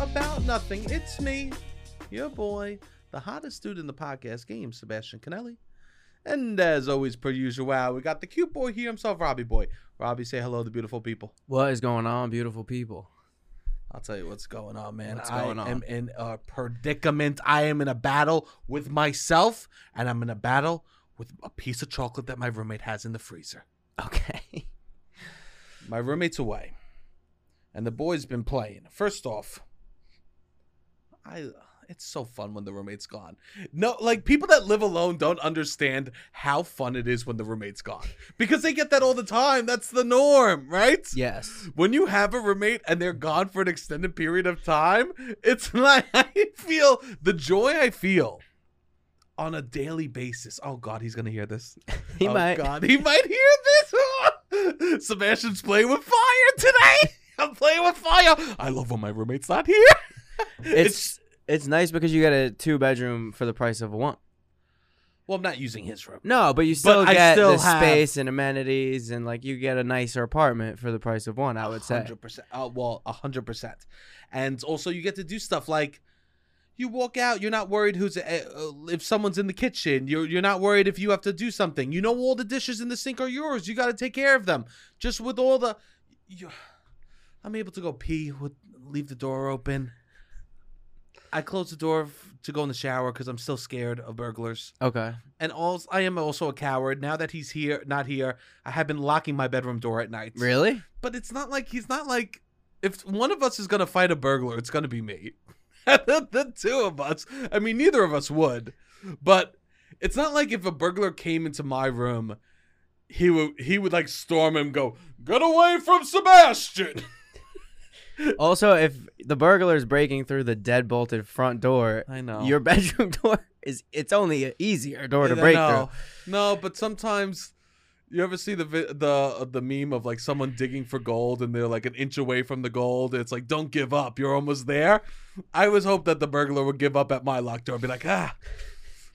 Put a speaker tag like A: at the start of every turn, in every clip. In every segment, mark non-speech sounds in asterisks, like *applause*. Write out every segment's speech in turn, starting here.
A: about nothing. It's me, your boy, the hottest dude in the podcast game, Sebastian Canelli. And as always, per usual, wow, we got the cute boy here himself, Robbie Boy. Robbie, say hello to the beautiful people.
B: What is going on, beautiful people?
A: I'll tell you what's going on, man.
B: What's going
A: I
B: on?
A: am in a predicament. I am in a battle with myself, and I'm in a battle with a piece of chocolate that my roommate has in the freezer.
B: Okay. *laughs*
A: My roommate's away, and the boy's been playing. First off, I it's so fun when the roommate's gone. No, like people that live alone don't understand how fun it is when the roommate's gone because they get that all the time. That's the norm, right?
B: Yes.
A: When you have a roommate and they're gone for an extended period of time, it's *laughs* like I feel the joy I feel on a daily basis. Oh God, he's gonna hear this.
B: *laughs* He
A: oh
B: might.
A: God, he might hear this. *laughs* Sebastian's playing with fire today. *laughs* I'm playing with fire. I love when my roommate's not here. *laughs*
B: It's it's nice because you get a two bedroom for the price of a one.
A: well, I'm not using his room.
B: No, but you still
A: I
B: get
A: still
B: the
A: have-
B: space and amenities, and like you get a nicer apartment for the price of one. I would say.
A: hundred percent. Uh, well, hundred percent. And also, you get to do stuff like you walk out. You're not worried who's uh, uh, if someone's in the kitchen. You're you're not worried if you have to do something. You know all the dishes in the sink are yours. You got to take care of them. Just with all the, you, I'm able to go pee. With, leave the door open. I close the door f- to go in the shower because I'm still scared of burglars
B: Okay.
A: and also I am also a coward. Now that he's here, not here, I have been locking my bedroom door at night.
B: Really?
A: But it's not like he's not like if one of us is gonna fight a burglar, it's gonna be me. *laughs* the two of us. I mean, neither of us would. But it's not like if a burglar came into my room, he would he would like storm him, go get away from Sebastian.
B: Also, if the burglar is breaking through the dead bolted front door,
A: I know.
B: your *laughs* bedroom door is it's only an easier door to
A: Yeah,
B: break
A: no. No, but sometimes you ever see the vi- the the meme of like someone digging for gold and they're like an inch away from the gold. It's like don't give up, you're almost there. I always hope that the burglar would give up at my locked door, and be like, ah,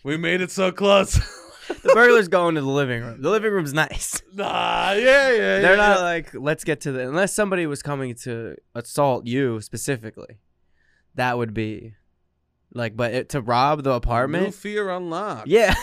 A: we made it so close. *laughs*
B: through. The burglar's *laughs* going to the living room. The living room's nice.
A: nah, yeah, yeah. yeah,
B: They're not
A: yeah.
B: like, let's get to the. Unless somebody was coming to assault you specifically, that would be like, but it, to rob the
A: New
B: apartment,
A: fear unlocked. *laughs*
B: yeah.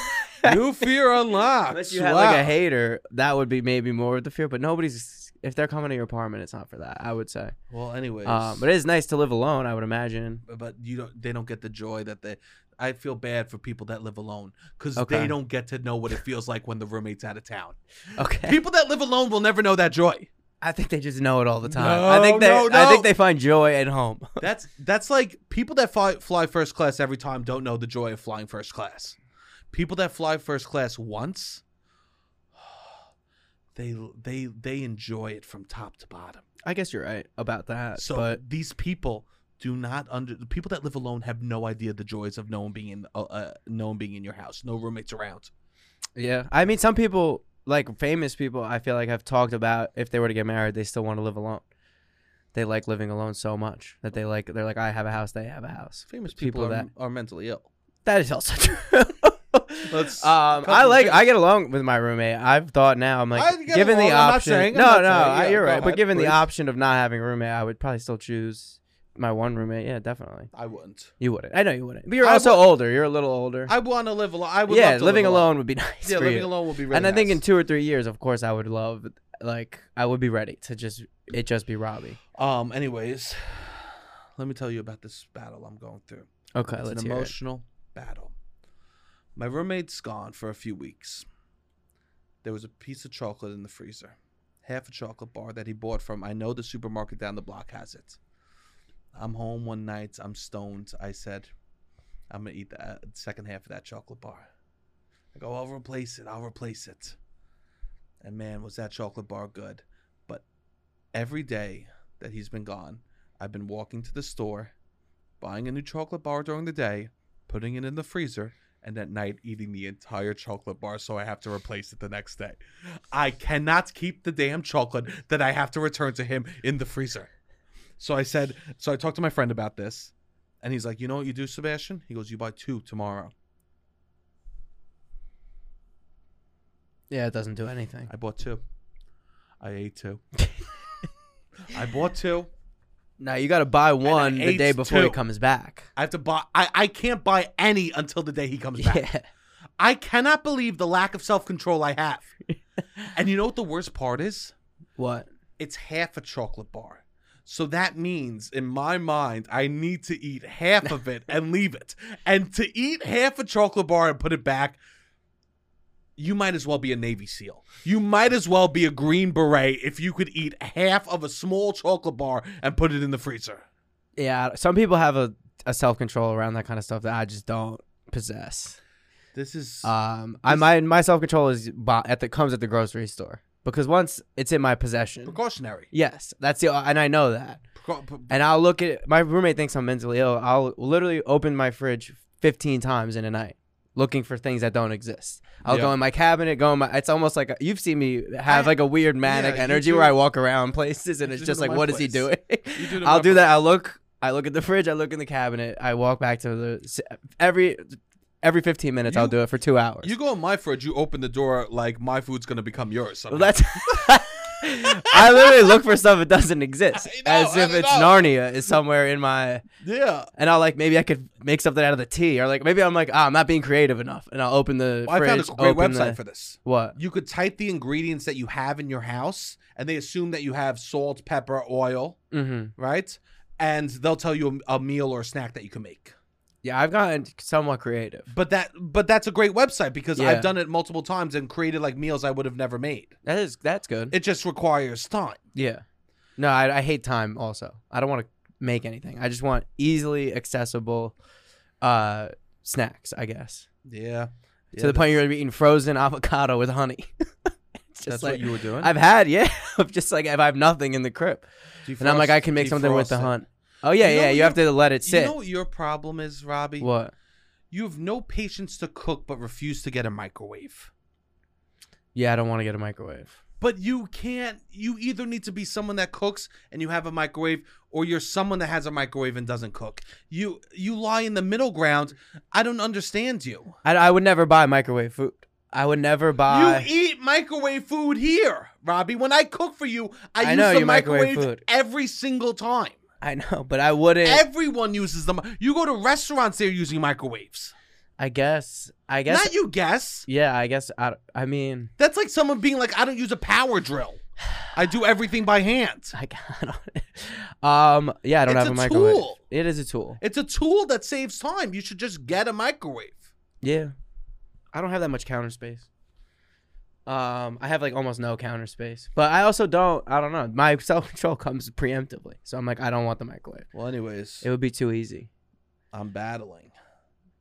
A: New fear unlocked.
B: *laughs* Unless you had like
A: Wow.
B: a hater, that would be maybe more of the fear. But nobody's if they're coming to your apartment, it's not for that. I would say,
A: Well, anyways,
B: um, but it is nice to live alone. I would imagine.
A: but you don't they don't get the joy that they I feel bad for people that live alone cuz they
B: Okay.
A: don't get to know what it feels like when the roommate's out of
B: *laughs*
A: town. *laughs*
B: Okay,
A: People that live alone will never know that
B: *laughs*
A: joy.
B: I think they just know it all the time. I think they,
A: No, no,
B: I
A: no.
B: think they find joy at home. *laughs*
A: That's that's like people that fly, fly first class every time don't know the joy of flying first class. People that fly first class once *sighs* they they they enjoy it from top to bottom.
B: I guess you're right about that.
A: So
B: Uh, but
A: these people do not under the people that live alone have no idea the joys of no one being in uh, uh, no one being in your house, no roommates around.
B: Yeah. I mean, some people, like famous people, I feel like have talked about if they were to get married, they still want to live alone. They like living alone so much that they like, they're like, I have a house, they have a house.
A: Famous people,
B: People
A: are,
B: that-
A: are mentally ill.
B: That is also *laughs* true.
A: Let's
B: um,
A: cut
B: I
A: to the
B: like,
A: chase.
B: I get along with my roommate. I've thought now, I'm
A: I
B: like,
A: get
B: given
A: along,
B: the
A: I'm not
B: option.
A: saying- I'm
B: no,
A: not
B: no,
A: saying,
B: I,
A: yeah,
B: you're
A: go
B: right.
A: ahead,
B: but given
A: please.
B: the option of not having a roommate, I would probably still choose my one roommate. Yeah, definitely.
A: I wouldn't.
B: You wouldn't. I know you wouldn't. But you're
A: I
B: also
A: would-
B: older. You're a little older.
A: I want to live alone. I would
B: yeah,
A: love to
B: living
A: live
B: alone. would be *laughs* nice.
A: Yeah,
B: for
A: living
B: you.
A: alone would be really
B: and I think in
A: nice.
B: two or three years, of course, I would love like I would be ready to just it just be Robbie.
A: Um. Anyways, let me tell you about this battle I'm going through.
B: Okay,
A: It's
B: let's
A: an
B: hear it.
A: emotional battle. My roommate's gone for a few weeks. There was a piece of chocolate in the freezer, half a chocolate bar that he bought from. I know the supermarket down the block has it. I'm home one night. I'm stoned. I said, "I'm gonna eat the uh, second half of that chocolate bar." I go, "I'll replace it. I'll replace it." And man, was that chocolate bar good? But every day that he's been gone, I've been walking to the store buying a new chocolate bar during the day, putting it in the freezer, and at night eating the entire chocolate bar so I have to replace it the next day. I cannot keep the damn chocolate that I have to return to him in the freezer. So I said, so I talked to my friend about this, and he's like, You know what you do, Sebastian? He goes, You buy two tomorrow.
B: Yeah, it doesn't do anything.
A: I bought two. I ate two. I bought two.
B: No, you got to buy one the
A: eighth
B: day before he
A: too.
B: comes back.
A: I have to buy. I, I can't buy any until the day he comes back.
B: Yeah.
A: I cannot believe the lack of self control I have. and you know what the worst part is?
B: *laughs* What?
A: It's half a chocolate bar. So that means in my mind I need to eat half of it and leave it. And to eat half a chocolate bar and put it back, you might as well be a Navy SEAL. You might as well be a Green Beret if you could eat half of a small chocolate bar and put it in the freezer.
B: Yeah. Some people have a, a self control around that kind of stuff that I just don't possess.
A: This is
B: Um, I my my self control is bu- at the comes at the grocery store because once it's in my possession,
A: precautionary.
B: yes, that's the and I know that.
A: Preca- pre-
B: And I'll look at my roommate thinks I'm mentally ill. I'll literally open my fridge 15 times in a night looking for things that don't exist. I'll go
A: Yeah.
B: in my cabinet, go in my. It's almost like a, you've seen me have
A: I-
B: like a weird manic
A: you
B: energy
A: do.
B: where I walk around places and
A: You
B: it's
A: do
B: just
A: it in
B: like,
A: my
B: what is he
A: place.
B: doing?
A: You do it in
B: *laughs* I'll
A: my
B: do
A: place.
B: that. I look. I look at the fridge. I look in the cabinet. I walk back to the every every 15 minutes. I'll
A: You-
B: do it for two hours.
A: You go in my fridge, you open the door like my food's gonna become yours. somehow.
B: Well, *laughs* that's. *laughs* I literally look for stuff that doesn't exist,
A: I know,
B: as
A: I
B: if it's
A: know.
B: Narnia is somewhere in my.
A: yeah.
B: and I'll like maybe I could make something out of the tea, or like maybe I'm like ah, I'm not being creative enough, and I'll open the
A: Well, I
B: fridge.
A: found a great
B: open
A: website
B: the-
A: for this.
B: what?
A: You could type the ingredients that you have in your house, and they assume that you have salt, pepper, oil,
B: hmm
A: right? And they'll tell you a, a meal or a snack that you can make.
B: Yeah, I've gotten somewhat creative.
A: But that, but that's a great website because
B: Yeah.
A: I've done it multiple times and created like meals I would have never made.
B: That is that's good.
A: It just requires time.
B: yeah. No, I, I hate time. Also, I don't want to make anything. I just want easily accessible uh snacks. I guess
A: Yeah.
B: to the point you're gonna be eating frozen *laughs* avocado with honey. *laughs* it's just
A: That's
B: like
A: what you were doing.
B: I've had. Yeah, *laughs* I'm just like if I have nothing in the crib, and I'm like I can make something with the hunt. Oh yeah,
A: You know
B: yeah.
A: what
B: You have to let it
A: You
B: sit.
A: know what your problem is, Robbie?
B: what?
A: You have no patience to cook, but refuse to get a microwave.
B: Yeah, I don't want to get a microwave.
A: But you can't. You either need to be someone that cooks and you have a microwave, or you're someone that has a microwave and doesn't cook. You you lie in the middle ground. I don't understand you.
B: I, I would never buy microwave food. I would never buy.
A: you e eat microwave food here, Robbie. When I cook for you, I,
B: I
A: use
B: know
A: the
B: you microwave
A: microwave,
B: food.
A: every single time.
B: *laughs* I know, but I wouldn't.
A: Everyone uses them. You go to restaurants, they're using microwaves.
B: I guess. I guess.
A: Not you guess.
B: yeah, I guess. I, I mean, *laughs*
A: That's like someone being like, I don't use a power drill. I do everything by hand.
B: I, I don't. Um. Yeah, I don't
A: It's
B: have a,
A: a
B: microwave.
A: tool.
B: It is a tool.
A: It's a tool that saves time. You should just get a microwave.
B: Yeah. I don't have that much counter space. Um, I have like almost no counter space, but I also don't. I don't know. My *laughs* self control comes preemptively, so I'm like, I don't want the microwave.
A: Well, anyways,
B: It would be too easy.
A: I'm battling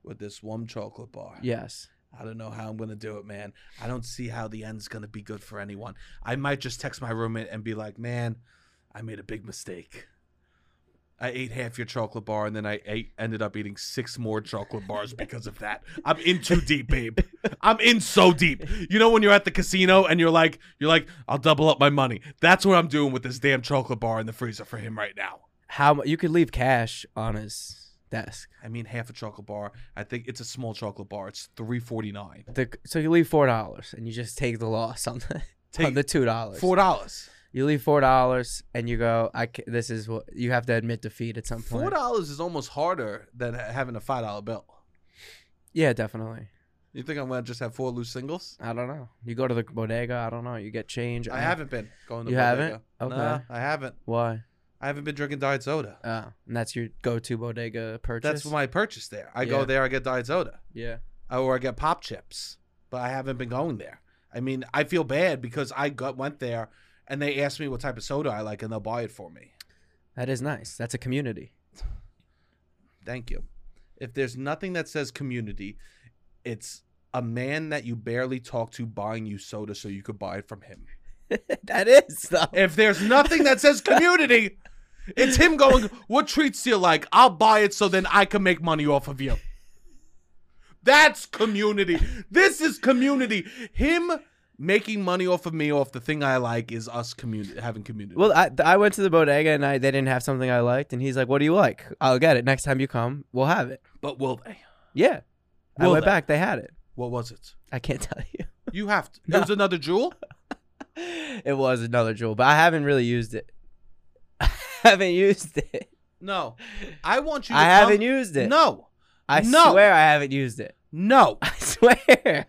A: with this one chocolate bar.
B: Yes.
A: I don't know how I'm gonna do it, man. I don't see how the end's gonna be good for anyone. I might just text my roommate and be like, "Man, I made a big mistake. I ate half your chocolate bar, and then I ate, ended up eating six more chocolate bars because of that. I'm in too deep, babe. I'm in so deep. You know when you're at the casino and you're like, you're like, I'll double up my money. That's what I'm doing with this damn chocolate bar in the freezer for him right now.
B: How mu- you could leave cash on his desk?
A: I mean, half a chocolate bar. I think it's a small chocolate bar. It's three forty nine.
B: The, so you leave four dollars and you just take the loss on the on
A: Take
B: the two dollars.
A: four dollars.
B: You leave four dollars and you go. I ca- this is what you have to admit defeat at some
A: Four
B: point.
A: dollars is almost harder than ha- having a five dollar bill.
B: Yeah, definitely.
A: You think I'm gonna just have four loose singles?
B: I don't know. You go to the bodega. I don't know. You get change.
A: I haven't been going to.
B: uh, You
A: bodega.
B: haven't? Okay.
A: Nah, I haven't.
B: Why?
A: I haven't been drinking diet soda.
B: Oh, and that's your go-to bodega purchase.
A: That's my purchase there. I
B: Yeah.
A: go there, I get diet soda, Uh,
B: yeah.
A: or I get pop chips. But I haven't been going there. I mean, I feel bad because I got went there, and they asked me what type of soda I like, and they'll buy it for me.
B: That is nice. That's a community. *laughs*
A: Thank you. If there's nothing that says community, it's a man that you barely talk to buying you soda so you could buy it from him.
B: that is though.
A: If there's nothing that says community, it's him going, What treats do you like? I'll buy it so then I can make money off of you. That's community. This is community. Him making money off of me off the thing I like is us community having community.
B: Well, I, I went to the bodega and I they didn't have something I liked, and he's like, "What do you like? I'll get it next time you come. We'll have it."
A: but will they?
B: Yeah. I
A: Will
B: went
A: they?
B: back. They had it.
A: What was it?
B: I can't *laughs* tell you.
A: You have to. It was another jewel.
B: *laughs* it was another jewel, but *laughs* I haven't really used it. haven't used it.
A: No, I want you. To
B: I
A: come-
B: haven't used it.
A: No,
B: I
A: no.
B: swear I haven't used it. *laughs*
A: no,
B: I swear.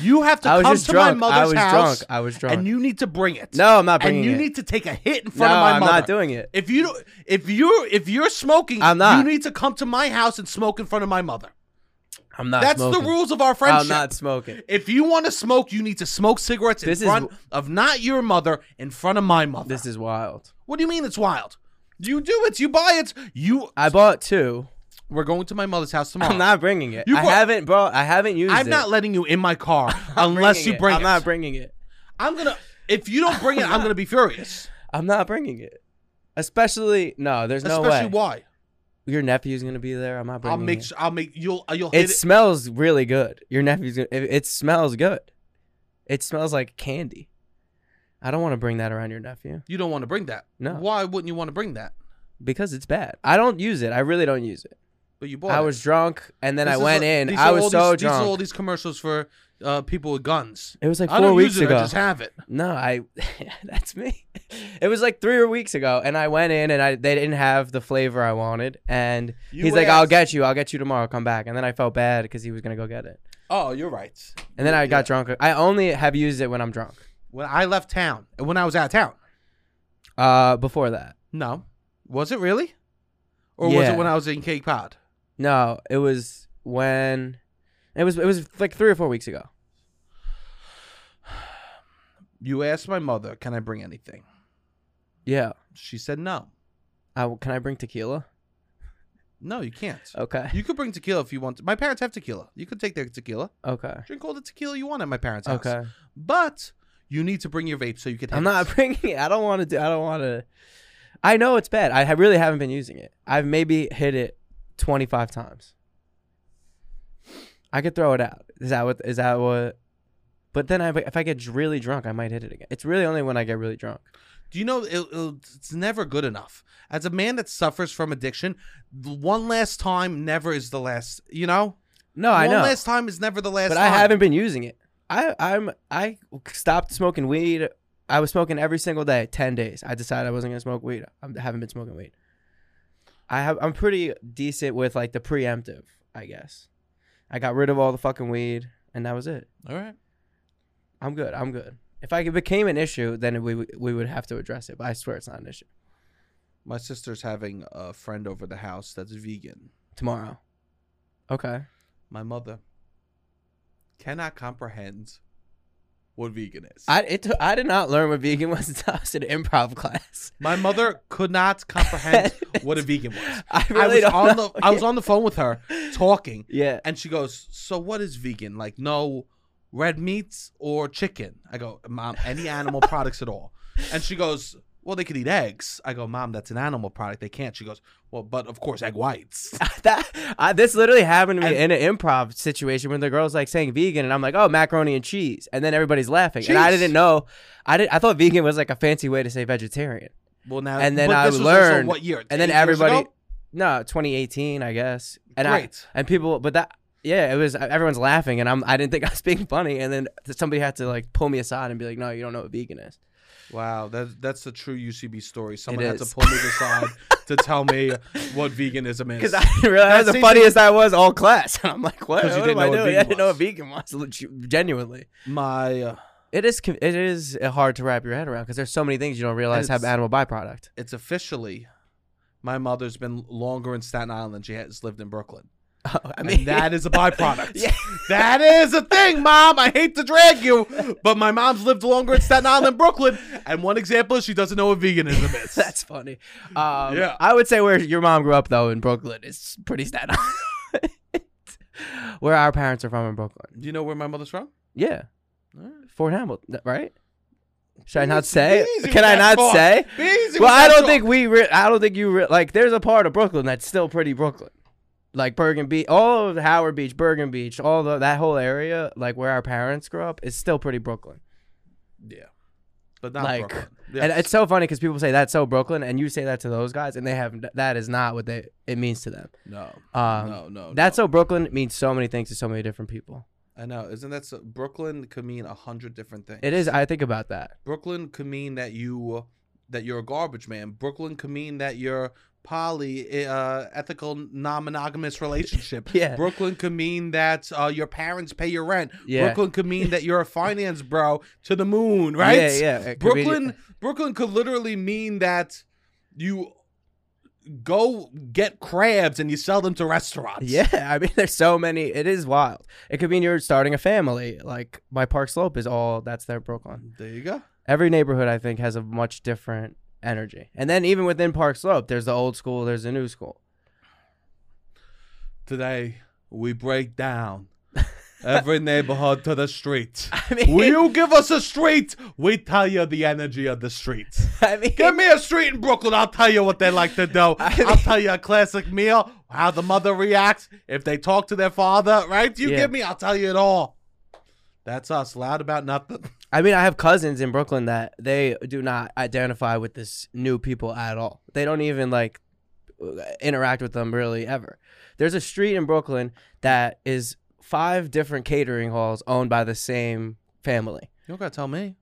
A: you have to
B: I was
A: come
B: just
A: to
B: drunk.
A: my
B: I
A: mother's
B: was
A: house,
B: drunk. I was drunk.
A: and you need to bring it.
B: no, I'm not bringing
A: and you
B: it.
A: need to take a hit in
B: no,
A: front of my
B: I'm
A: mother.
B: not doing it.
A: if you don't- if you if you're smoking,
B: I'm not.
A: You need to come to my house and smoke in front of my mother.
B: I'm not.
A: That's
B: smoking.
A: the rules of our
B: I'm
A: friendship.
B: not smoking.
A: If you want to smoke, you need to smoke cigarettes
B: This
A: in
B: is-
A: front of not your mother, in front of my mother.
B: This is wild.
A: what do you mean it's wild? You do it. You buy it. You.
B: I bought two.
A: We're going to my mother's house tomorrow.
B: I'm not bringing it.
A: Oh. You
B: I
A: brought-
B: haven't brought. I haven't used
A: I'm
B: it.
A: not letting you in my car
B: *laughs* I'm
A: unless
B: bringing
A: you bring
B: it.
A: it.
B: I'm not bringing it.
A: I'm gonna. If you don't bring it, I'm
B: *laughs*
A: gonna be furious.
B: I'm not bringing it. Especially no. There's no
A: Especially
B: way.
A: why?
B: Your nephew's gonna be there. I'm not bringing.
A: I'll make.
B: It.
A: su- I'll make. You'll. You'll
B: it
A: hit it.
B: smells really good. Your nephew's gonna. It, it smells good. It smells like candy. I don't want to bring that around your nephew
A: You don't want to bring that.
B: No.
A: Why wouldn't you want to bring that?
B: because it's bad. I don't use it. I really don't use it.
A: But you bought.
B: I
A: it.
B: was drunk and then
A: This
B: I
A: is
B: went
A: a-
B: in.
A: these
B: I
A: are
B: was
A: all
B: so
A: these, These are all
B: drunk.
A: these commercials for uh, people with guns.
B: it was like
A: I
B: four
A: don't
B: weeks
A: use it.
B: ago.
A: I just have it.
B: No, I. *laughs* that's me. It was like three weeks ago, and I went in, and I they didn't have the flavor I wanted, and
A: You
B: he's like, "I'll
A: asked-
B: get you. I'll get you tomorrow. Come back." And then I felt bad because he was gonna go get it,
A: Oh, you're right.
B: and then I
A: Yeah.
B: got drunk. I only have used it when I'm drunk.
A: When I left town, when I was out of town.
B: Uh, before that,
A: No, was it really? Or was
B: Yeah.
A: it when I was in Cape Cod?
B: no, it was when it was it was like three or four weeks ago.
A: You asked my mother, "Can I bring anything?"
B: Yeah,
A: She said, "No,
B: I, can I bring tequila?
A: no, you can't."
B: *laughs* Okay,
A: You could bring tequila if you want. To. My parents have tequila. You could take their tequila.
B: okay,
A: Drink all the tequila you want at my parents' house.
B: okay.
A: But you need to bring your vape so you can. hit
B: I'm
A: it.
B: not bringing it. I don't want to do. I don't want to. I know it's bad. I ha- really haven't been using it. I've maybe hit it 25 times. I could throw it out. Is that what? Is that what? But then I, if I get dr- really drunk, I might hit it again. It's really only when I get really drunk.
A: Do you know it, it'll- it's never good enough? As a man that suffers from addiction, the one last time never is the last. You know,
B: No, Oh, I
A: one
B: know,
A: last time is never the last.
B: but I
A: time.
B: haven't been using it. I I'm I stopped smoking weed. I was smoking every single day, 10 days. I decided I wasn't gonna smoke weed. I haven't been smoking weed. I have. I'm pretty decent with like the preemptive, I guess. I got rid of all the fucking weed, and that was it.
A: All right.
B: I'm good. I'm good. If I it became an issue, then we would- we would have to address it. But I swear it's not an issue.
A: My sister's having a friend over the house that's vegan.
B: Tomorrow. Okay.
A: My mother cannot comprehend what vegan is.
B: I it took, I did not learn what vegan was until I was in improv class. *laughs*
A: My mother could not comprehend what a vegan was.
B: I really
A: I was
B: don't
A: on
B: *laughs* know.
A: the I was on the phone with her talking,
B: yeah.
A: and she goes, "So what is vegan? Like no red meats or chicken?" I go, "Mom, any animal products at all?" And she goes, "Well, they could eat eggs." I go, "Mom, that's an animal product. They can't." She goes, "Well, but of course, egg
B: *laughs*
A: whites."
B: that I, this literally happened to me
A: And-
B: in an improv situation when the girl's like saying vegan and I'm like, oh, macaroni and cheese, and then everybody's laughing, and I
A: Cheese.
B: didn't know, I did I thought vegan was like a fancy way to say vegetarian.
A: Well, now
B: And then
A: Uh, but
B: I
A: this was also
B: learned-
A: what year?
B: and then
A: Eight years
B: everybody-
A: ago?
B: No, 2018, I guess. And
A: Great.
B: I and people, but that yeah, it was everyone's laughing, and I'm I didn't think I was being funny, and then somebody had to like pull me aside and be like, no, you don't know what vegan is.
A: Wow, that that's the true UCB story. Someone had to
B: is.
A: pull me
B: *laughs*
A: aside to tell me what veganism is.
B: Because I didn't realize
A: That
B: the
A: seems-
B: funniest I was all class. *laughs* And I'm like, what?
A: 'Cause you
B: What
A: didn't
B: am I
A: know what
B: doing? I
A: vegan
B: didn't know what
A: was.
B: vegan was, legit- genuinely.
A: My. Uh,
B: It is con- it is hard to wrap your head around because there's so many things you don't realize have
A: it's-
B: animal byproduct.
A: it's officially my mother's been longer in Staten Island. She has lived in Brooklyn.
B: I
A: *laughs* I
B: mean
A: mean, *laughs* that is a byproduct.
B: *laughs* Yeah.
A: That is a thing, mom. I hate to drag you, but my mom's lived longer in Staten Island, Brooklyn. And one example is she doesn't know what veganism is.
B: *laughs* that's funny. Um,
A: Yeah.
B: I would say where your mom grew up though in Brooklyn is pretty Staten Island. *laughs* where our parents are from in Brooklyn.
A: Do you know where my mother's from?
B: Yeah,
A: Alright.
B: Fort Hamilton, right? Should I not
A: Be
B: say?
A: easy with
B: Can I
A: that
B: not
A: talk.
B: say?
A: Be easy with
B: Well,
A: that
B: I don't
A: talk.
B: think we. Re- I don't think you re- like. There's a part of Brooklyn that's still pretty Brooklyn, like Bergen Beach, all of Howard Beach, Bergen Beach, all the, that whole area, like where our parents grew up, is still pretty Brooklyn.
A: Yeah. But not
B: like,
A: Brooklyn.
B: and
A: Yes.
B: it's so funny because people say that's so Brooklyn, and you say that to those guys, and they have that is not what they it means to them.
A: no,
B: Um,
A: no, no.
B: that's
A: no.
B: so Brooklyn means so many things to so many different people.
A: I know. Isn't that so? Brooklyn could mean a hundred different things.
B: It is. I think about that.
A: Brooklyn could mean that you that you're a garbage man. Brooklyn can mean that you're poly uh, ethical non-monogamous relationship.
B: *laughs* Yeah.
A: Brooklyn can mean that uh, your parents pay your rent.
B: Yeah.
A: Brooklyn could mean that
B: *laughs*
A: you're a finance bro to the moon, right?
B: Yeah, yeah. it could be-
A: Brooklyn Brooklyn could literally mean that you go get crabs and you sell them to restaurants.
B: Yeah, I mean, *laughs* there's so many. It is wild. It could mean you're starting a family. Like my Park Slope is all that's their Brooklyn.
A: There you go.
B: Every neighborhood, I think, has a much different energy. And then even within Park Slope, there's the old school, there's the new school. *laughs*
A: Today we break
B: *laughs*
A: down every neighborhood to the street.
B: I mean,
A: Will *laughs* you give us a street? We tell you the energy of the street.
B: *laughs* I mean,
A: Give me a street in Brooklyn. I'll tell you what they like to *laughs* do.
B: I mean-
A: I'll tell you a classic meal, how the mother reacts, if they talk to their father, right? You
B: Yeah.
A: give me, I'll tell you it all. That's us, loud about nothing.
B: I mean, I have cousins in Brooklyn that they do not identify with this new people at all. They don't even like interact with them really ever. There's a street in Brooklyn that is five different catering halls owned by the same family.
A: You don't gotta tell me.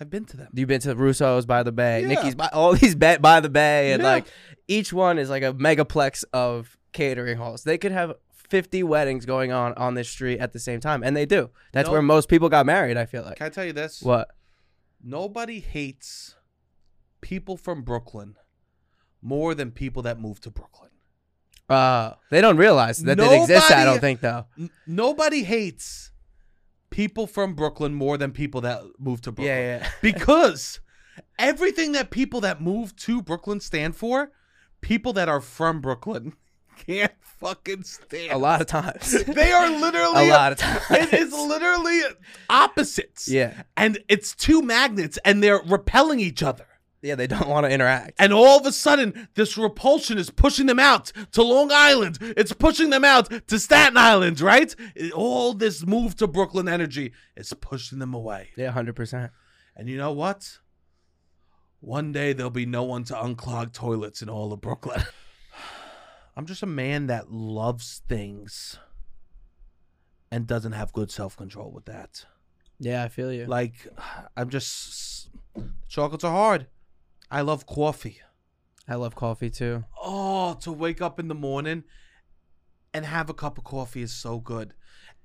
A: I've been to them.
B: You've been to Russo's by the Bay,
A: Yeah.
B: Nikki's by *laughs* all these ba- by the Bay, and
A: Yeah.
B: like each one is like a megaplex of catering halls. They could have fifty weddings going on on this street at the same time, and they do. That's
A: No.
B: where most people got married. I feel like
A: Can I tell you this?
B: what?
A: Nobody hates people from Brooklyn more than people that move to Brooklyn.
B: Uh, they don't realize that it exists. I
A: Nobody-
B: don't think though.
A: N- nobody hates people from Brooklyn more than people that move to Brooklyn.
B: Yeah, yeah, *laughs* yeah.
A: because everything that people that move to Brooklyn stand for, people that are from Brooklyn *laughs* can't fucking stand.
B: a lot of times,
A: *laughs* They are literally
B: *laughs* a lot of
A: *laughs*
B: times.
A: It is literally opposites.
B: yeah,
A: And it's two magnets and they're repelling each other.
B: yeah. They don't want to interact.
A: And all of a sudden, this repulsion is pushing them out to Long Island. It's pushing them out to Staten Island, right? All this move to Brooklyn energy is pushing them away.
B: Yeah, hundred percent.
A: And you know what? One day there'll be no one to unclog toilets in all of Brooklyn. *sighs* I'm just a man that loves things and doesn't have good self control with that.
B: Yeah, I feel you.
A: Like, *sighs* I'm just. Chocolates are hard. I love coffee.
B: I love coffee too.
A: Oh, to wake up in the morning and have a cup of coffee is so good.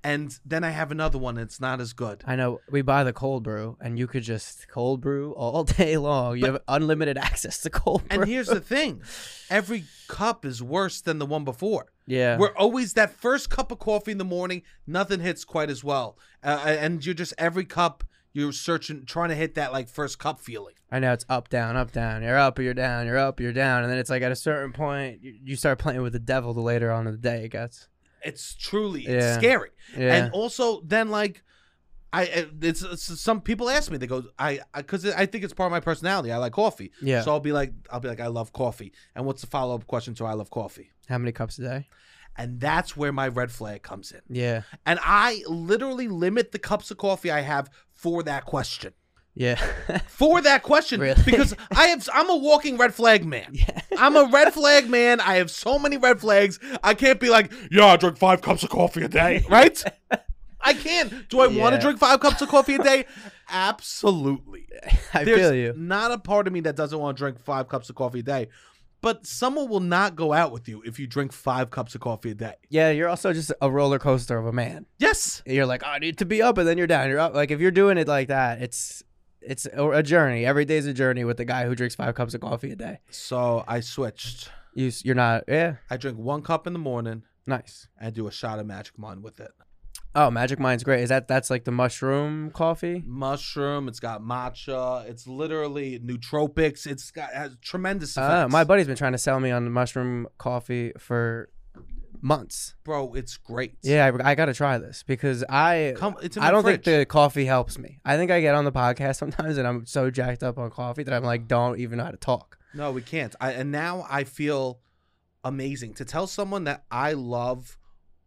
A: And then I have another one, and it's not as good.
B: I know we buy the cold brew, and you could just cold brew all *laughs* day long. You have unlimited access to cold brew.
A: And here's the thing every cup is worse than the one before.
B: yeah,
A: We're always that first cup of coffee in the morning. Nothing hits quite as well, uh, and you're just every cup you're searching, trying to hit that like first cup feeling.
B: I know it's up, down, up, down. You're up, you're down, you're up, you're down, and then it's like at a certain point you, you start playing with the devil the later on in the day. It gets
A: It's truly
B: Yeah.
A: it's scary,
B: yeah,
A: and also then like. I I- it's, it's some people ask me they go I because I, think it's part of my personality I like coffee
B: yeah.
A: so I'll be like I'll be like I love coffee and what's the follow up question to I love coffee
B: How many cups a day?
A: and that's where my red flag comes in
B: Yeah,
A: and I literally limit the cups of coffee I have for that question
B: yeah, *laughs*
A: for that question
B: Really?
A: because I have I'm a walking red flag man.
B: *laughs* yeah.
A: I'm a red flag man. I have so many red flags. I can't be like, yeah, I drink five cups of coffee a
B: *laughs*
A: day, right? I can't. Do I want to
B: Yeah.
A: drink five cups of coffee a
B: *laughs*
A: day? Absolutely.
B: I
A: There's
B: feel you.
A: not a part of me that doesn't want to drink five cups of coffee a day. But someone will not go out with you if you drink five cups of coffee a day.
B: Yeah, you're also just a roller coaster of a man.
A: Yes.
B: You're like, "Oh, I need to be up, and then you're down. You're up. Like if you're doing it like that, it's it's a a journey. Every day's a journey with the guy who drinks five cups of coffee a day.
A: So I switched.
B: You s- you're not. Yeah,
A: I drink one cup in the morning
B: nice.
A: and do a shot of Magic Mind with it.
B: Oh, Magic Mind's great. Is that that's like the mushroom coffee?
A: mushroom. It's got matcha. It's literally nootropics. It's got has tremendous
B: Uh,
A: effects.
B: my buddy's been trying to sell me on mushroom coffee for months.
A: bro, it's great.
B: Yeah, I, I got to try this because I
A: come. It's in my
B: I don't
A: fridge.
B: think the coffee helps me. I think I get on the podcast sometimes and I'm so jacked up on coffee that I'm like don't even know how to talk.
A: No, we can't. I and now I feel amazing to tell someone that I love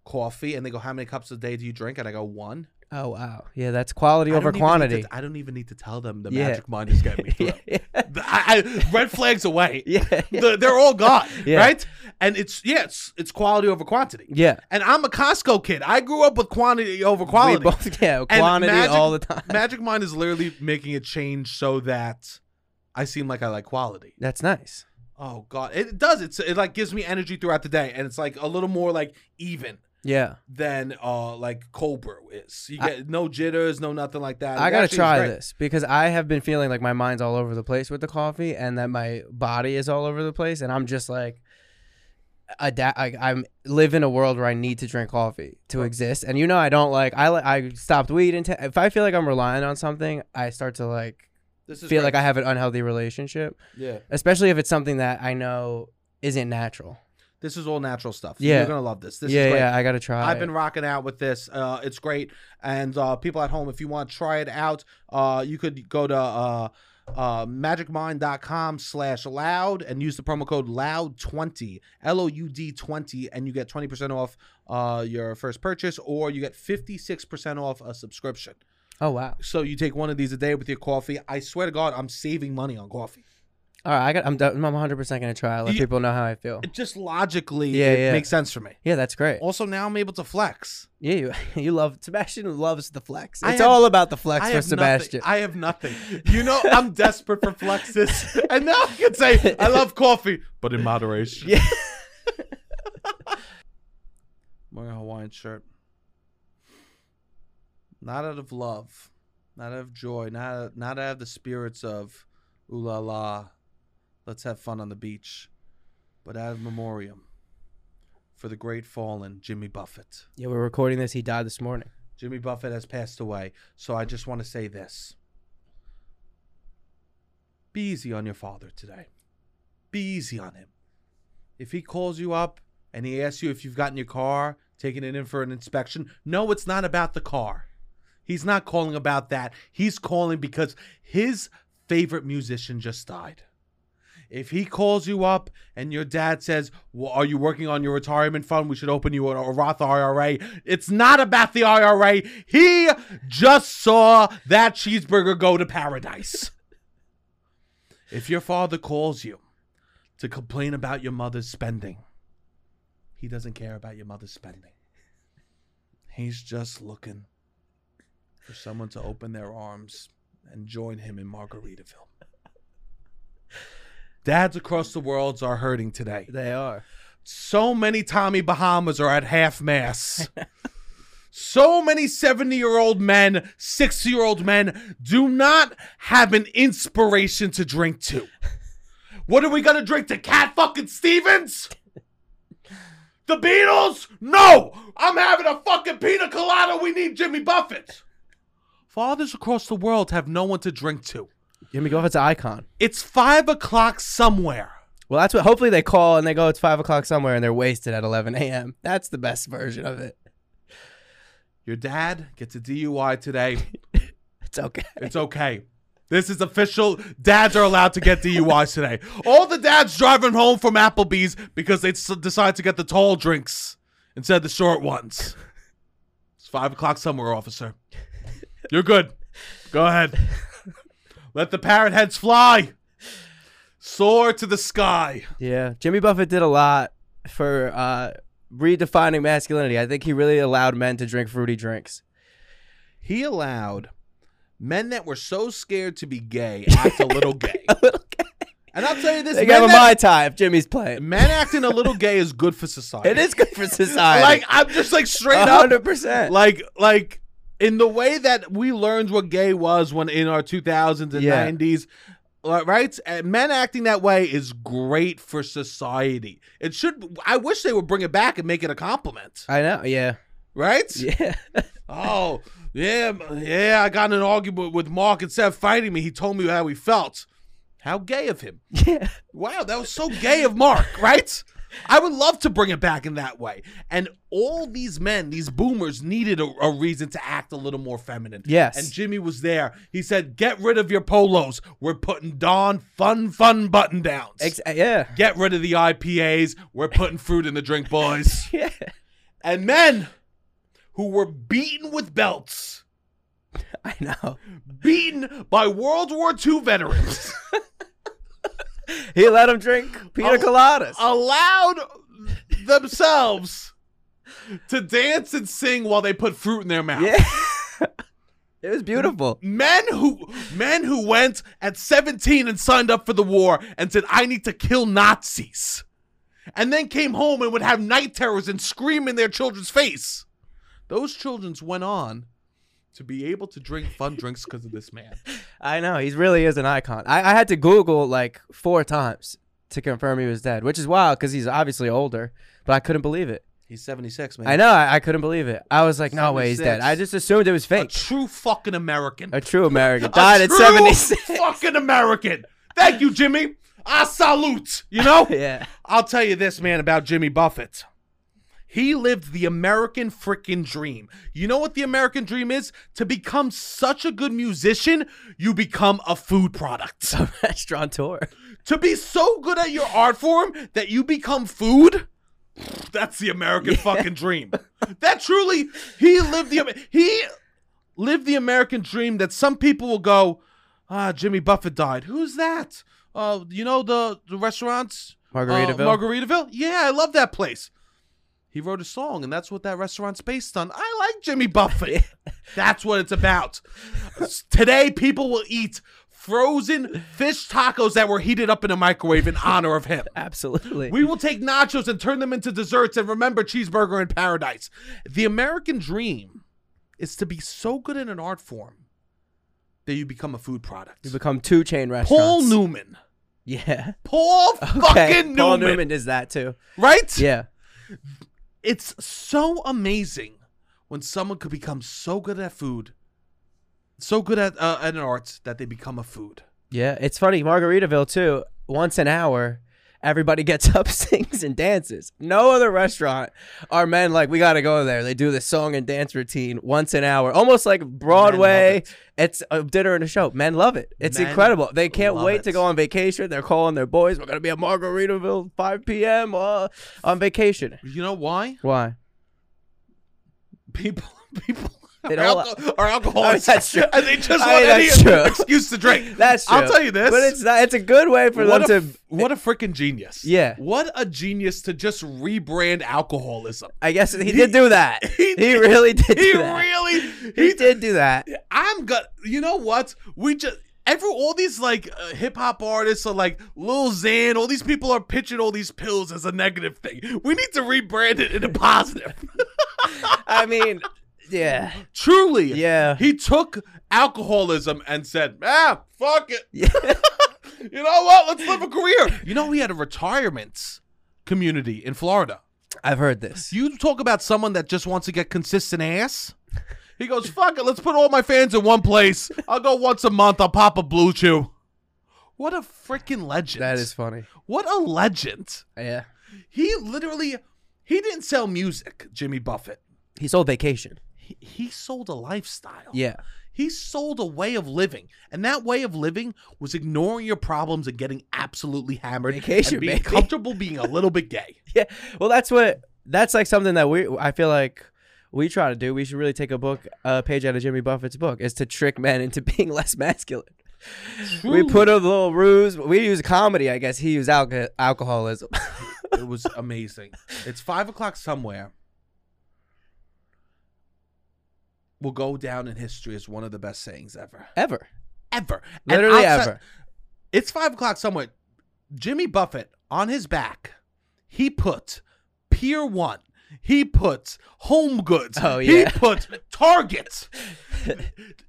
A: coffee, and they go, "How many cups a day do you drink?" And I go, "One."
B: Oh wow, yeah, that's quality
A: I
B: over
A: don't even need to-
B: quantity.
A: I don't even need to tell them the
B: Yeah.
A: magic mind is getting *laughs*
B: *laughs*
A: me through.
B: yeah,
A: I, I, red flags away.
B: *laughs* yeah, yeah.
A: The- they're all gone,
B: *laughs* Yeah.
A: right? And it's yeah, it's it's quality over quantity.
B: yeah.
A: And I'm a Costco kid. I grew up with quantity over quality.
B: We both yeah quantity
A: *laughs* Magic-
B: all the time.
A: Magic Mind is literally making a change so that I seem like I like quality.
B: That's nice.
A: Oh God, it does. It's it like gives me energy throughout the day, and it's like a little more like even
B: Yeah.
A: than uh like cold brew is. You
B: I-
A: get no jitters, no nothing like that.
B: I
A: It
B: gotta
A: actually is
B: try
A: great.
B: this because I have been feeling like my mind's all over the place with the coffee, and that my body is all over the place, and I'm just like, adapt. Like I'm live in a world where I need to drink coffee to exist, and you know I don't like. I li- I stopped weed, and if I feel like I'm relying on something, I start to like
A: This is
B: feel
A: great.
B: like I have an unhealthy relationship,
A: yeah.
B: especially if it's something that I know isn't natural.
A: This is all natural stuff.
B: Yeah.
A: you're gonna love this. This
B: yeah,
A: is great.
B: yeah, I gotta try.
A: I've been rocking out with this. Uh, it's great. And uh, people at home, if you want to try it out, uh, you could go to uh, uh, magicmind.com slash loud and use the promo code loud20, L O U D 20, and you get 20% off uh, your first purchase or you get 56% off a subscription.
B: Oh wow!
A: So you take one of these a day with your coffee. I swear to God, I'm saving money on coffee.
B: All right, I got. I'm. done- I'm 100 percent gonna try. Let
A: You-
B: people know how I feel.
A: It just logically
B: Yeah,
A: it
B: yeah.
A: makes sense for me.
B: Yeah, that's great.
A: Also, now I'm able to flex.
B: Yeah, you, *laughs* you love Sebastian loves the flex.
A: I
B: It's
A: have-
B: all about the flex for
A: have
B: Sebastian.
A: Nothing. I have nothing. You know, I'm desperate for flexes, *laughs* and now I can say I love coffee, but in moderation.
B: *laughs* Yeah.
A: I'm wearing a Hawaiian shirt. Not out of love, not out of joy, not not out of the spirits of ooh la la, let's have fun on the beach, but out of memoriam for the great fallen Jimmy Buffett.
B: yeah, we're recording this. He died this morning.
A: Jimmy Buffett has passed away, so I just want to say this. Be easy on your father today. Be easy on him. If he calls you up and he asks you if you've gotten your car, taken it in for an inspection, no, it's not about the car. He's not calling about that. He's calling because his favorite musician just died. If he calls you up and your dad says, well, Are you working on your retirement fund? We should open you a, a Roth IRA. It's not about the IRA. He just saw that cheeseburger go to paradise. if your father calls you to complain about your mother's spending, he doesn't care about your mother's spending. He's just looking for someone to open their arms and join him in Margaritaville. Dads across the world are hurting today.
B: They are.
A: So many Tommy Bahamas are at half mass. *laughs* so many 70 year old men, 60 year old men do not have an inspiration to drink to. What are we going to drink to Cat fucking Stevens? The Beatles? No! I'm having a fucking pina colada. We need Jimmy Buffett. Fathers across the world have no one to drink to.
B: Jimmy Buffett's an icon.
A: It's five o'clock somewhere.
B: Well, that's what. Hopefully, they call and they go. It's five o'clock somewhere, and they're wasted at 11 a.m. That's the best version of it.
A: Your dad gets a DUI today.
B: It's okay.
A: It's okay. This is official. Dads are allowed to get DUIs today. All the dads driving home from Applebee's because they s- decide to get the tall drinks instead of the short ones. It's five o'clock somewhere, officer. You're good. Go ahead. Let the parrot heads fly. Soar to the sky.
B: Yeah, Jimmy Buffett did a lot for uh, redefining masculinity. I think he really allowed men to drink fruity drinks.
A: He allowed men that were so scared to be gay act *laughs* a little gay. And I'll tell you this:
B: They
A: men,
B: gave him
A: that-
B: my time.
A: *laughs*
B: Jimmy's playing.
A: men acting a little gay is good for society.
B: It is good for society.
A: like I'm just like straight up,
B: 100. percent
A: like like in the way that we learned what gay was when in our 2000s and
B: Yeah.
A: 90s, li- right? And men acting that way is great for society. It should. I wish they would bring it back and make it a compliment,
B: I know. Yeah.
A: right?
B: Yeah.
A: Oh yeah, m- yeah. I got in an argument with Mark instead of fighting me. He told me how he felt. How gay of him.
B: *laughs* yeah.
A: Wow, that was so gay of Mark, right? I would love to bring it back in that way. And all these men, these boomers, needed a, a reason to act a little more feminine.
B: Yes.
A: And Jimmy was there. He said, Get rid of your polos. We're putting Don fun, fun button downs.
B: Ex- uh, yeah.
A: Get rid of the IPAs. We're putting fruit in the drink, boys.
B: Yeah. *laughs*
A: and men who were beaten with belts,
B: I know.
A: beaten by World War II *laughs* veterans.
B: He let him drink pina
A: Oh,
B: coladas.
A: allowed themselves to dance and sing while they put fruit in their mouth.
B: yeah. *laughs* It was beautiful.
A: Men who men who went at 17 and signed up for the war and said I need to kill Nazis. And then came home and would have night terrors and scream in their children's face. Those children's went on to be able to drink fun drinks because of this man.
B: I know he really is an icon. I, I had to Google like four times to confirm he was dead, which is wild because he's obviously older. But I couldn't believe it.
A: He's 76, man.
B: I know I, I couldn't believe it. I was like, no way, he's dead.
A: 76.
B: I just assumed it was
A: A
B: fake.
A: true fucking American.
B: A true American
A: A
B: died at
A: true
B: seventy six.
A: *laughs* Fucking American. Thank you, Jimmy. I salute. You know?
B: *laughs* yeah.
A: I'll tell you this, man, about Jimmy Buffett. He lived the American freaking dream. You know what the American dream is? To become such a good musician, you become a food product.
B: Restaurateur.
A: to be so good at your art form that you become food, that's the American fucking dream. That truly, he lived the he lived the American dream that some people will go, ah, Jimmy Buffett died. Who's that? Uh, you know the the restaurants
B: Margaritaville.
A: uh, Margaritaville? Yeah, I love that place. He wrote a song, and that's what that restaurant's based on. I like Jimmy Buffett.
B: *laughs*
A: that's what it's about. S- Today, people will eat frozen fish tacos that were heated up in a microwave in honor of him.
B: Absolutely.
A: We will take nachos and turn them into desserts and remember cheeseburger in paradise. The American dream is to be so good in an art form that you become a food product.
B: You become two chain restaurants.
A: Paul Newman.
B: Yeah.
A: Paul
B: Okay,
A: fucking
B: Paul
A: Newman,
B: Newman is that too.
A: Right?
B: Yeah.
A: it's so amazing when someone could become so good at food, so good at, uh, at an art that they become a food.
B: Yeah. It's funny. Margaritaville too. Once an hour, everybody *laughs* gets up, sings, and dances. No other restaurant are men like we got to go there. They do the song and dance routine once an hour, almost like Broadway.
A: it.
B: It's a dinner and a show. Men love it. It's
A: Men
B: incredible. They can't
A: love
B: wait
A: it.
B: to go on vacation. They're calling their boys. We're gonna be at Margaritaville 5 p.m. Uh, on vacation.
A: You know why? *laughs*
B: Why?
A: People, people.
B: They
A: Are,
B: don't- Oh,
A: alco- are alcoholics?
B: *laughs* That's true.
A: And they just
B: I
A: want
B: mean,
A: any
B: that's true.
A: excuse to drink.
B: *laughs* That's true.
A: I'll tell you this.
B: But it's not, it's a good way for
A: what a,
B: them to.
A: f- what a freaking genius.
B: Yeah.
A: What a genius to just rebrand alcoholism. *laughs*
B: I guess he, did do that. He,
A: did-
B: really did.
A: He
B: do that.
A: really
B: He did do that.
A: I'm gonna. You know what? We just every all these like uh, hip hop artists are like Lil Xan. All these people are pitching all these pills as a negative thing. We need to rebrand it into positive. *laughs*
B: I mean, yeah,
A: Truly,
B: yeah.
A: He took alcoholism and said, "Ah, fuck it.
B: Yeah.
A: *laughs* You know what? Let's live a career." You know, he had a retirement community in Florida.
B: I've heard this.
A: You talk about someone that just wants to get consistent ass. He goes, fuck it, let's put all my fans in one place. I'll go once a month. I'll pop a blue chew. What a freaking legend.
B: That is funny.
A: What a legend.
B: Yeah,
A: He literally, he didn't sell music, Jimmy Buffett.
B: he sold vacation.
A: He, he sold a lifestyle.
B: Yeah,
A: He sold a way of living. And that way of living was ignoring your problems and getting absolutely hammered.
B: Vacation,
A: and being
B: baby.
A: comfortable being a little bit gay.
B: yeah. Well, that's what. That's like something that we. I feel like we try to do. We should really take a book, a page out of Jimmy Buffett's book, is to trick men into *laughs* being less masculine. *laughs* We put a little ruse. We use comedy, I guess. He used alco- alcoholism.
A: It was amazing. it's five o'clock somewhere. Will go down in history as one of the best sayings ever.
B: *laughs* Ever.
A: Ever. And
B: Literally
A: outside-
B: ever.
A: It's five o'clock somewhere. Jimmy Buffett on his back, he put Pier One. He put Home Goods.
B: Oh,
A: He
B: yeah.
A: put
B: *laughs*
A: Target.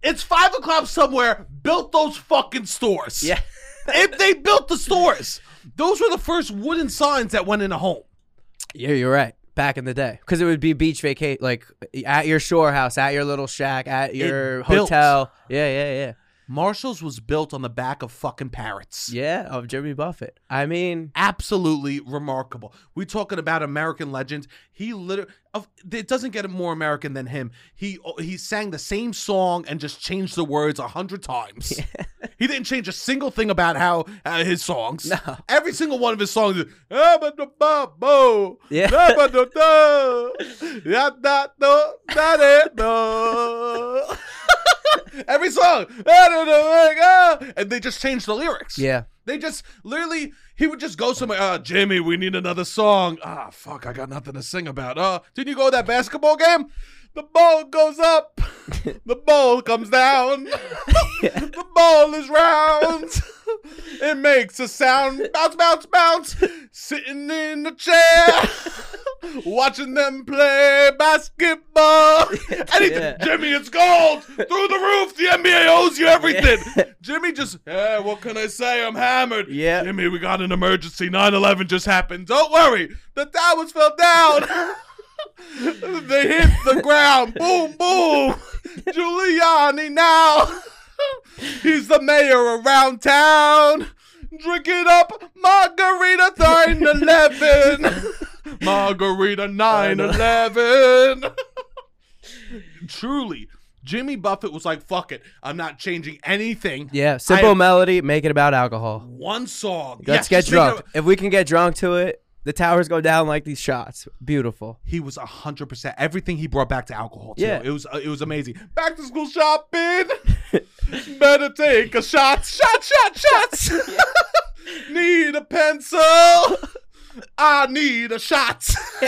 A: it's five o'clock somewhere. Built those fucking stores.
B: Yeah.
A: If they built the stores, those were the first wooden signs that went in a home.
B: *laughs* Yeah, you're right. Back in the day, because it would be beach vacate, like at your shore house, at your little shack, at your
A: built.
B: hotel. Yeah, yeah, yeah,
A: Marshall's was built on the back of fucking parrots.
B: yeah. Of Jimmy Buffett. I mean,
A: Absolutely remarkable. We talking about American legends. He literally, it doesn't get more American than him. He oh, he sang the same song and just changed the words a hundred times. He didn't change a single thing about how uh, his songs.
B: No.
A: Every single one of his songs. Is, "Ah-ba-da-ba-bo,
B: Yeah.
A: da-ba-da-da,
B: *laughs* *laughs*
A: ya-da-do-da-da-do." Every song, "Ah-da-da-da-da," and they just changed the lyrics.
B: yeah,
A: They just literally He would just go somewhere. Ah, Jimmy, we need another song. Ah, fuck, I got nothing to sing about. Uh, didn't you go to that basketball game? The ball goes up. the ball comes down. the ball is round. it makes a sound. Bounce, bounce, bounce. Sitting in a chair. Watching them play basketball. Anything.
B: Yeah.
A: Jimmy, it's gold. Through the roof. The NBA owes you everything. Jimmy just, yeah, what can I say? I'm hammered.
B: Yeah.
A: Jimmy, we got an emergency. 9 11 just happened. Don't worry. The towers fell down. *laughs* they hit the ground. Boom, boom. *laughs* Giuliani now. *laughs* He's the mayor around town. Drinking up margarita 911. margarita 911. Truly, Jimmy Buffett was like, fuck it. I'm not changing anything.
B: Yeah, simple
A: I-
B: melody, make it about alcohol.
A: One song. Yeah,
B: Let's get
A: just think
B: drunk.
A: of-
B: if we can get drunk to it, the towers go down like these shots. Beautiful.
A: he was hundred percent everything he brought back to alcohol. Too.
B: Yeah.
A: it was uh, it was amazing. Back to school shopping. *laughs* Better take a shot, shot, shot, *laughs* shots. need a pencil. I need a shot. *laughs*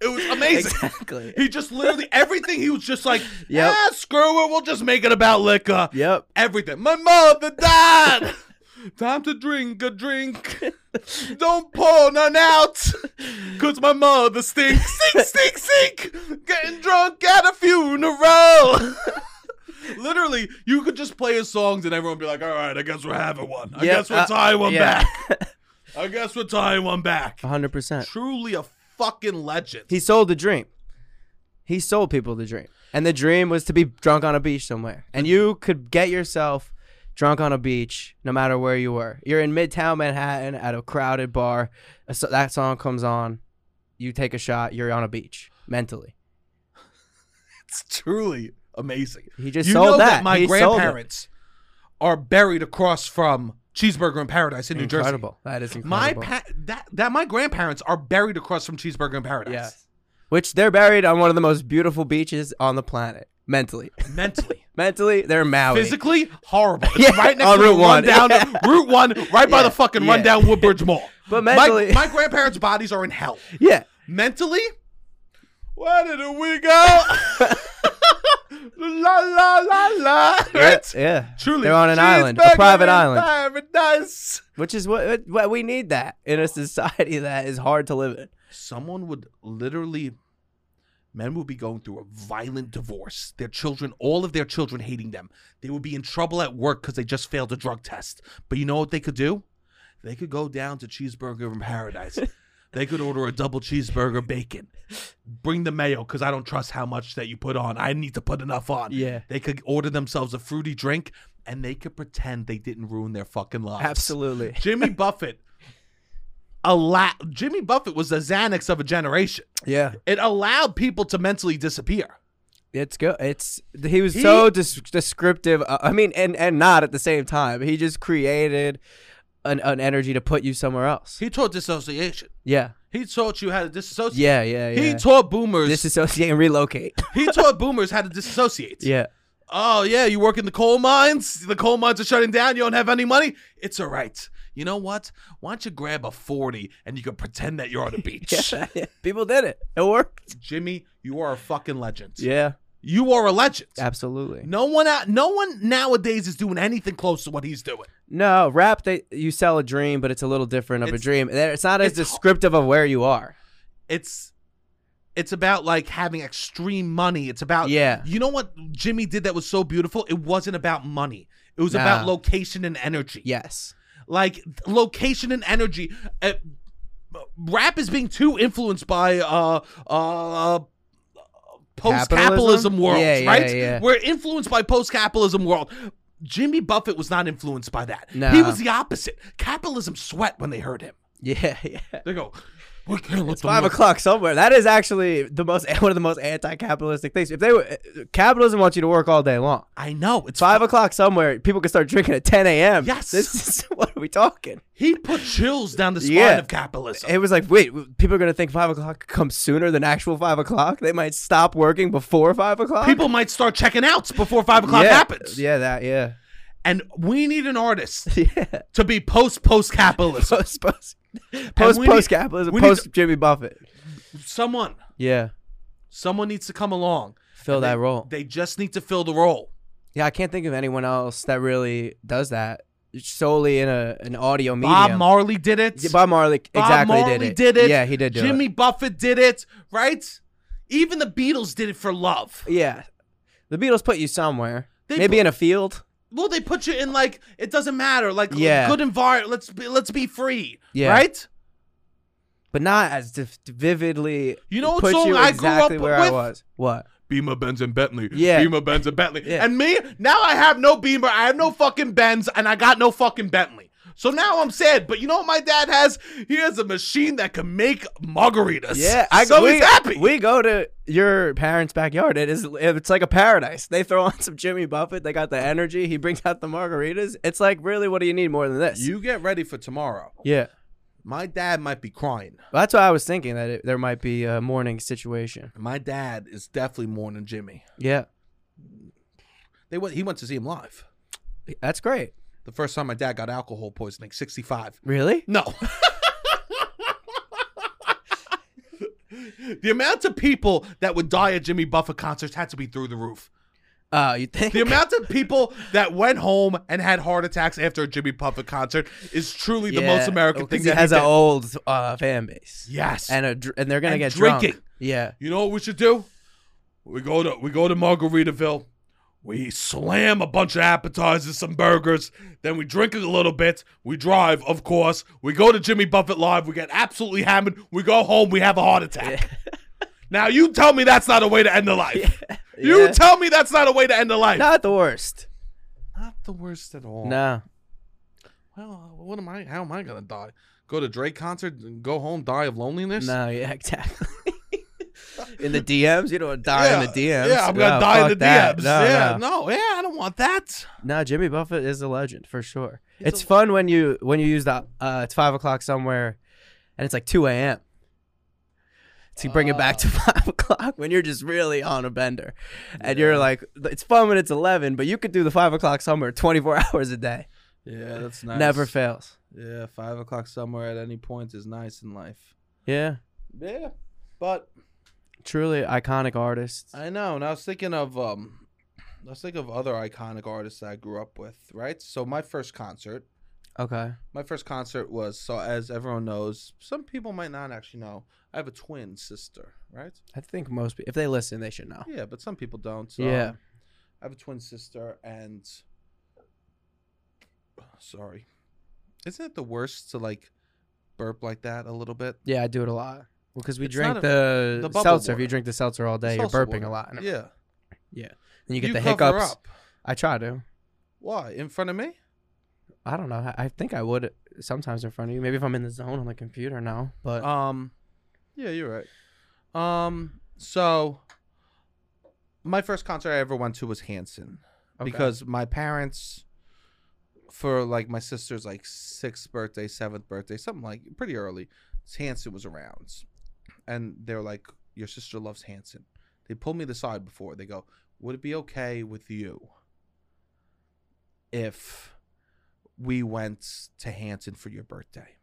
A: it was amazing.
B: Exactly.
A: *laughs* He just literally everything. He was just like,
B: Yep.
A: yeah, screw it. We'll just make it about liquor.
B: Yep.
A: Everything. My mother died. *laughs* Time to drink a drink. *laughs* Don't pour none out. Cause my mother stinks. *laughs* Sink, sink, sink. Getting drunk at a funeral. *laughs* Literally, you could just play his songs and everyone would be like, all right, I guess we're having one. I
B: Yep,
A: guess we're
B: uh,
A: tying one
B: yeah.
A: back. *laughs* I guess we're tying one back.
B: 100%.
A: Truly a fucking legend.
B: He sold the dream. He sold people the dream. And the dream was to be drunk on a beach somewhere. And you could get yourself drunk on a beach no matter where you were. You're in midtown Manhattan at a crowded bar. a so- That song comes on. You take a shot. You're on a beach mentally.
A: It's truly amazing.
B: He just
A: you
B: sold
A: know that,
B: that.
A: my
B: He sold it.
A: grandparents are buried across from Cheeseburger in Paradise in New
B: Incredible. That is
A: Jersey. My
B: incredible.
A: pa- that that my grandparents are buried across from Cheeseburger in Paradise.
B: Yes. Which they're buried on one of the most beautiful beaches on the planet. Mentally. *laughs*
A: Mentally,
B: mentally, they're in Maui.
A: physically
B: *laughs*
A: horrible. It's
B: Yeah,
A: right next
B: Oh, on
A: to
B: Route
A: the
B: one.
A: rundown
B: *laughs*
A: Route One, right by
B: Yeah,
A: the fucking
B: yeah.
A: rundown Woodbridge Mall.
B: *laughs* But
A: My-
B: mentally-
A: my, grandparents' bodies are in hell.
B: Yeah.
A: Mentally, where did we
B: *laughs*
A: go? *laughs* la la la la. Right?
B: Yeah.
A: Truly,
B: They're on an island, a
A: Cheeseburger
B: private
A: in
B: island.
A: Paradise.
B: Which is what, what we need that in a society *laughs* that is hard to live in.
A: someone would literally men would be going through a violent divorce their children all of their children hating them they would be in trouble at work because they just failed a drug test but you know what they could do they could go down to cheeseburger in
B: *laughs*
A: paradise they could order a double cheeseburger bacon bring the mayo because i don't trust how much that you put on i need to put enough on
B: Yeah.
A: they could order themselves a fruity drink and they could pretend they didn't ruin their fucking lives
B: Absolutely. *laughs*
A: Jimmy Buffett, a lot. Jimmy Buffett was the Xanax of a generation.
B: Yeah.
A: It allowed people to mentally disappear.
B: It's good. It's he was so dis- descriptive. Uh, I mean, and and not at the same time. He just created an, an energy to put you somewhere else.
A: He taught dissociation.
B: Yeah.
A: He taught you how to disassociate.
B: Yeah. Yeah. Yeah.
A: He taught boomers.
B: Disassociate and relocate. *laughs*
A: he taught boomers how to disassociate.
B: yeah.
A: Oh yeah, you work in the coal mines. The coal mines are shutting down. You don't have any money. It's all right. You know what? Why don't you grab a forty and you can pretend that
B: *laughs*
A: you're on a beach?
B: People did it. It worked.
A: Jimmy, you are a fucking legend.
B: Yeah.
A: You are a legend.
B: Absolutely.
A: No one out, no one nowadays is doing anything close to what he's doing.
B: No, rap. They you sell a dream, but it's a little different of a
A: It's-
B: dream. There- It's not as
A: it's-
B: descriptive of where you are.
A: It's it's about like having extreme money. It's about
B: Yeah.
A: You know what Jimmy did that was so beautiful? It wasn't about money. It was
B: Nah.
A: about location and energy.
B: Yes.
A: Like th- location and energy. Uh, rap is being too influenced by uh uh post-capitalism
B: Capitalism?
A: world,
B: Yeah, yeah,
A: right?
B: yeah.
A: We're influenced by post-capitalism world. Jimmy Buffett was not influenced by that. He
B: Nah.
A: was the opposite. Capitalism sweat when they heard him.
B: Yeah. *laughs* Yeah.
A: They go, we can't let them
B: Five
A: know."
B: o'clock somewhere. That is actually the most *laughs* one of the most anti-capitalistic things. If they were capitalism wants you to work all day long.
A: I know it's
B: Five o'clock somewhere, people can start drinking at ten a.m.
A: Yes.
B: This is *laughs* what are we talking?
A: He put chills down the spine
B: Yeah.
A: of capitalism.
B: It was like, wait, people are gonna think five o'clock comes sooner than actual five o'clock. They might stop working before five o'clock.
A: People might start checking out before five o'clock
B: yeah.
A: happens.
B: Yeah, *laughs* that yeah.
A: And we need an artist
B: yeah.
A: to be post *laughs* post
B: *laughs*
A: capitalism.
B: Post post post
A: we need-
B: post capitalism.
A: we need
B: Post Jimmy Buffett.
A: Someone,
B: Yeah.
A: someone needs to come along.
B: Fill
A: And
B: that role.
A: They just need to fill the role.
B: yeah, I can't think of anyone else that really does that solely in a an audio medium.
A: Bob Marley did it.
B: Yeah, Bob Marley
A: Bob
B: exactly
A: Marley
B: did it.
A: did it.
B: Yeah, he did do
A: Jimmy Buffett did it, right? Even the Beatles did it for love.
B: it. Yeah. The Beatles put you somewhere.
A: They
B: Maybe
A: put-
B: in a field.
A: Well, they put you in like it doesn't matter, like
B: Yeah.
A: good environment. Let's be, let's be free,
B: Yeah.
A: right?
B: But not as div- vividly
A: You know what
B: put
A: song
B: you
A: I grew
B: exactly
A: up
B: where I
A: with?
B: was. What?
A: Beamer, Benz, and Bentley.
B: Yeah.
A: Beamer, Benz, and Bentley.
B: Yeah.
A: And me now, I have no Beamer, I have no fucking Benz, and I got no fucking Bentley. So now I'm sad. But you know what my dad has? He has a machine that can make margaritas.
B: Yeah, I
A: so
B: go. We,
A: he's happy.
B: we go to your parents' backyard. It is. It's like a paradise. They throw on *laughs* some Jimmy Buffett. They got the energy. He brings out the margaritas. It's like really, what do you need more than this?
A: you get ready for tomorrow.
B: yeah,
A: My dad might be crying.
B: Well, that's why I was thinking that it, there might be a morning situation.
A: My dad is definitely mourning Jimmy.
B: Yeah,
A: They went. He went to see him live.
B: that's great.
A: The first time my dad got alcohol poisoning, 65.
B: Really?
A: No. *laughs* the amount of people that would die at Jimmy Buffett concerts had to be through the roof.
B: Uh, you think?
A: The amount of people that went home and had heart attacks after a Jimmy Buffett concert is truly the
B: Yeah.
A: most American
B: Well, 'cause
A: thing
B: He
A: that
B: has
A: he
B: an
A: did.
B: old uh, fan base.
A: Yes.
B: and a dr- and they're gonna
A: And
B: get
A: drinking.
B: Drunk. Yeah,
A: you know what we should do? We go to we go to Margaritaville. We slam a bunch of appetizers, some burgers. Then we drink a little bit. We drive, of course. We go to Jimmy Buffett live. We get absolutely hammered. We go home. We have a heart attack. *laughs* Now you tell me that's not a way to end a life. You
B: Yeah.
A: tell me that's not a way to end a life.
B: not the worst.
A: Not the worst at all.
B: No.
A: Well, what am I? How am I gonna die? Go to Drake concert and go home, die of loneliness.
B: *laughs* No, yeah, exactly. *laughs* in the DMs, you don't want to die in the DMs.
A: Yeah, I'm gonna
B: No,
A: die in
B: fuck
A: the
B: that.
A: DMs.
B: No,
A: yeah,
B: no.
A: no. yeah, I don't want that.
B: No, Jimmy Buffett is a legend for sure.
A: He's
B: it's
A: a-
B: fun when you when you use the uh, it's five o'clock somewhere, and it's like two a.m. To bring it
A: Uh.
B: back to five *laughs* o'clock when you're just really on a bender, and you're
A: Yeah.
B: like, it's fun when it's eleven, but you could do the five o'clock somewhere twenty four *laughs* hours a day,
A: Yeah, that's nice.
B: never fails.
A: Yeah, five o'clock somewhere at any point is nice in life.
B: Yeah,
A: Yeah, but
B: truly iconic artists.
A: I know. And I was thinking of um, I was thinking of other iconic artists that I grew up with. Right. So my first concert,
B: Okay,
A: my first concert was so as everyone knows, some people might not actually know. I have a twin sister, right?
B: I think most people, if they listen, they should know.
A: Yeah, but some people don't. So
B: Yeah.
A: um, I have a twin sister, and sorry, isn't it the worst to like burp like that a little bit?
B: Yeah, I do it a lot. Well, because we
A: It's
B: drink
A: not a-
B: the,
A: the bubble
B: seltzer. If
A: water.
B: you drink the seltzer all day,
A: Salsa
B: you're burping
A: water.
B: a lot. And
A: Yeah,
B: you get the
A: cover
B: hiccups.
A: up.
B: I try to.
A: Why in front of me?
B: I don't know. I- I think I would sometimes in front of you. Maybe if I'm in the zone on the computer now. But
A: Um, yeah, you're right. Um, so my first concert I ever went to was Hanson
B: Okay.
A: because my parents, for like my sister's like sixth birthday, seventh birthday, something like pretty early, Hanson was around, and they're like, "Your sister loves Hanson." They pulled me to the side before. They go, "Would it be okay with you if we went to Hanson for your birthday?"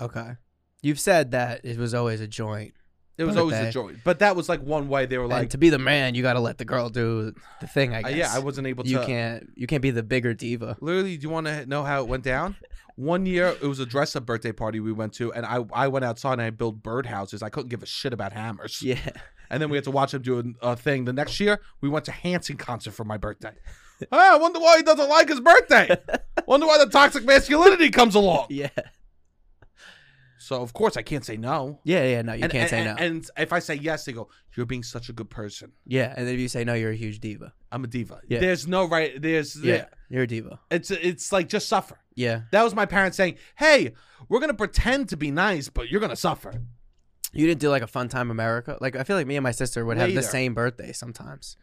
B: okay, you've said that it was always a joint.
A: It was always a
B: Birthday.
A: joy, but that was like one way they were
B: and
A: like,
B: to be the man, you got to let the girl do the thing. I
A: Uh,
B: guess.
A: yeah, I wasn't able to.
B: you can't. You can't be the bigger
A: *laughs*
B: diva.
A: Literally, do you want to know how it went down? One year, it was a dress-up birthday party we went to, and I I went outside and I built birdhouses. I couldn't give a shit about hammers.
B: Yeah.
A: And then we had to watch him do an- a, thing. The next year, we went to Hanson concert for my
B: *laughs*
A: birthday. ah, I wonder why he doesn't like his birthday. wonder why the toxic masculinity comes along.
B: Yeah.
A: So of course I can't say no.
B: Yeah. Yeah. No, you
A: And-
B: can't
A: and-
B: say no.
A: and- And if I say yes, they go, "You're being such a good person.
B: yeah, and then if you say no, you're a huge diva.
A: I'm a diva.
B: Yeah.
A: There's no right. There's
B: Yeah, you're a diva.
A: It's it's like just suffer.
B: Yeah.
A: That was my parents saying, "Hey, we're gonna pretend to be nice, but you're gonna suffer."
B: You didn't do like a fun time America. Like I feel like me and my sister would have the
A: Later.
B: same birthday sometimes.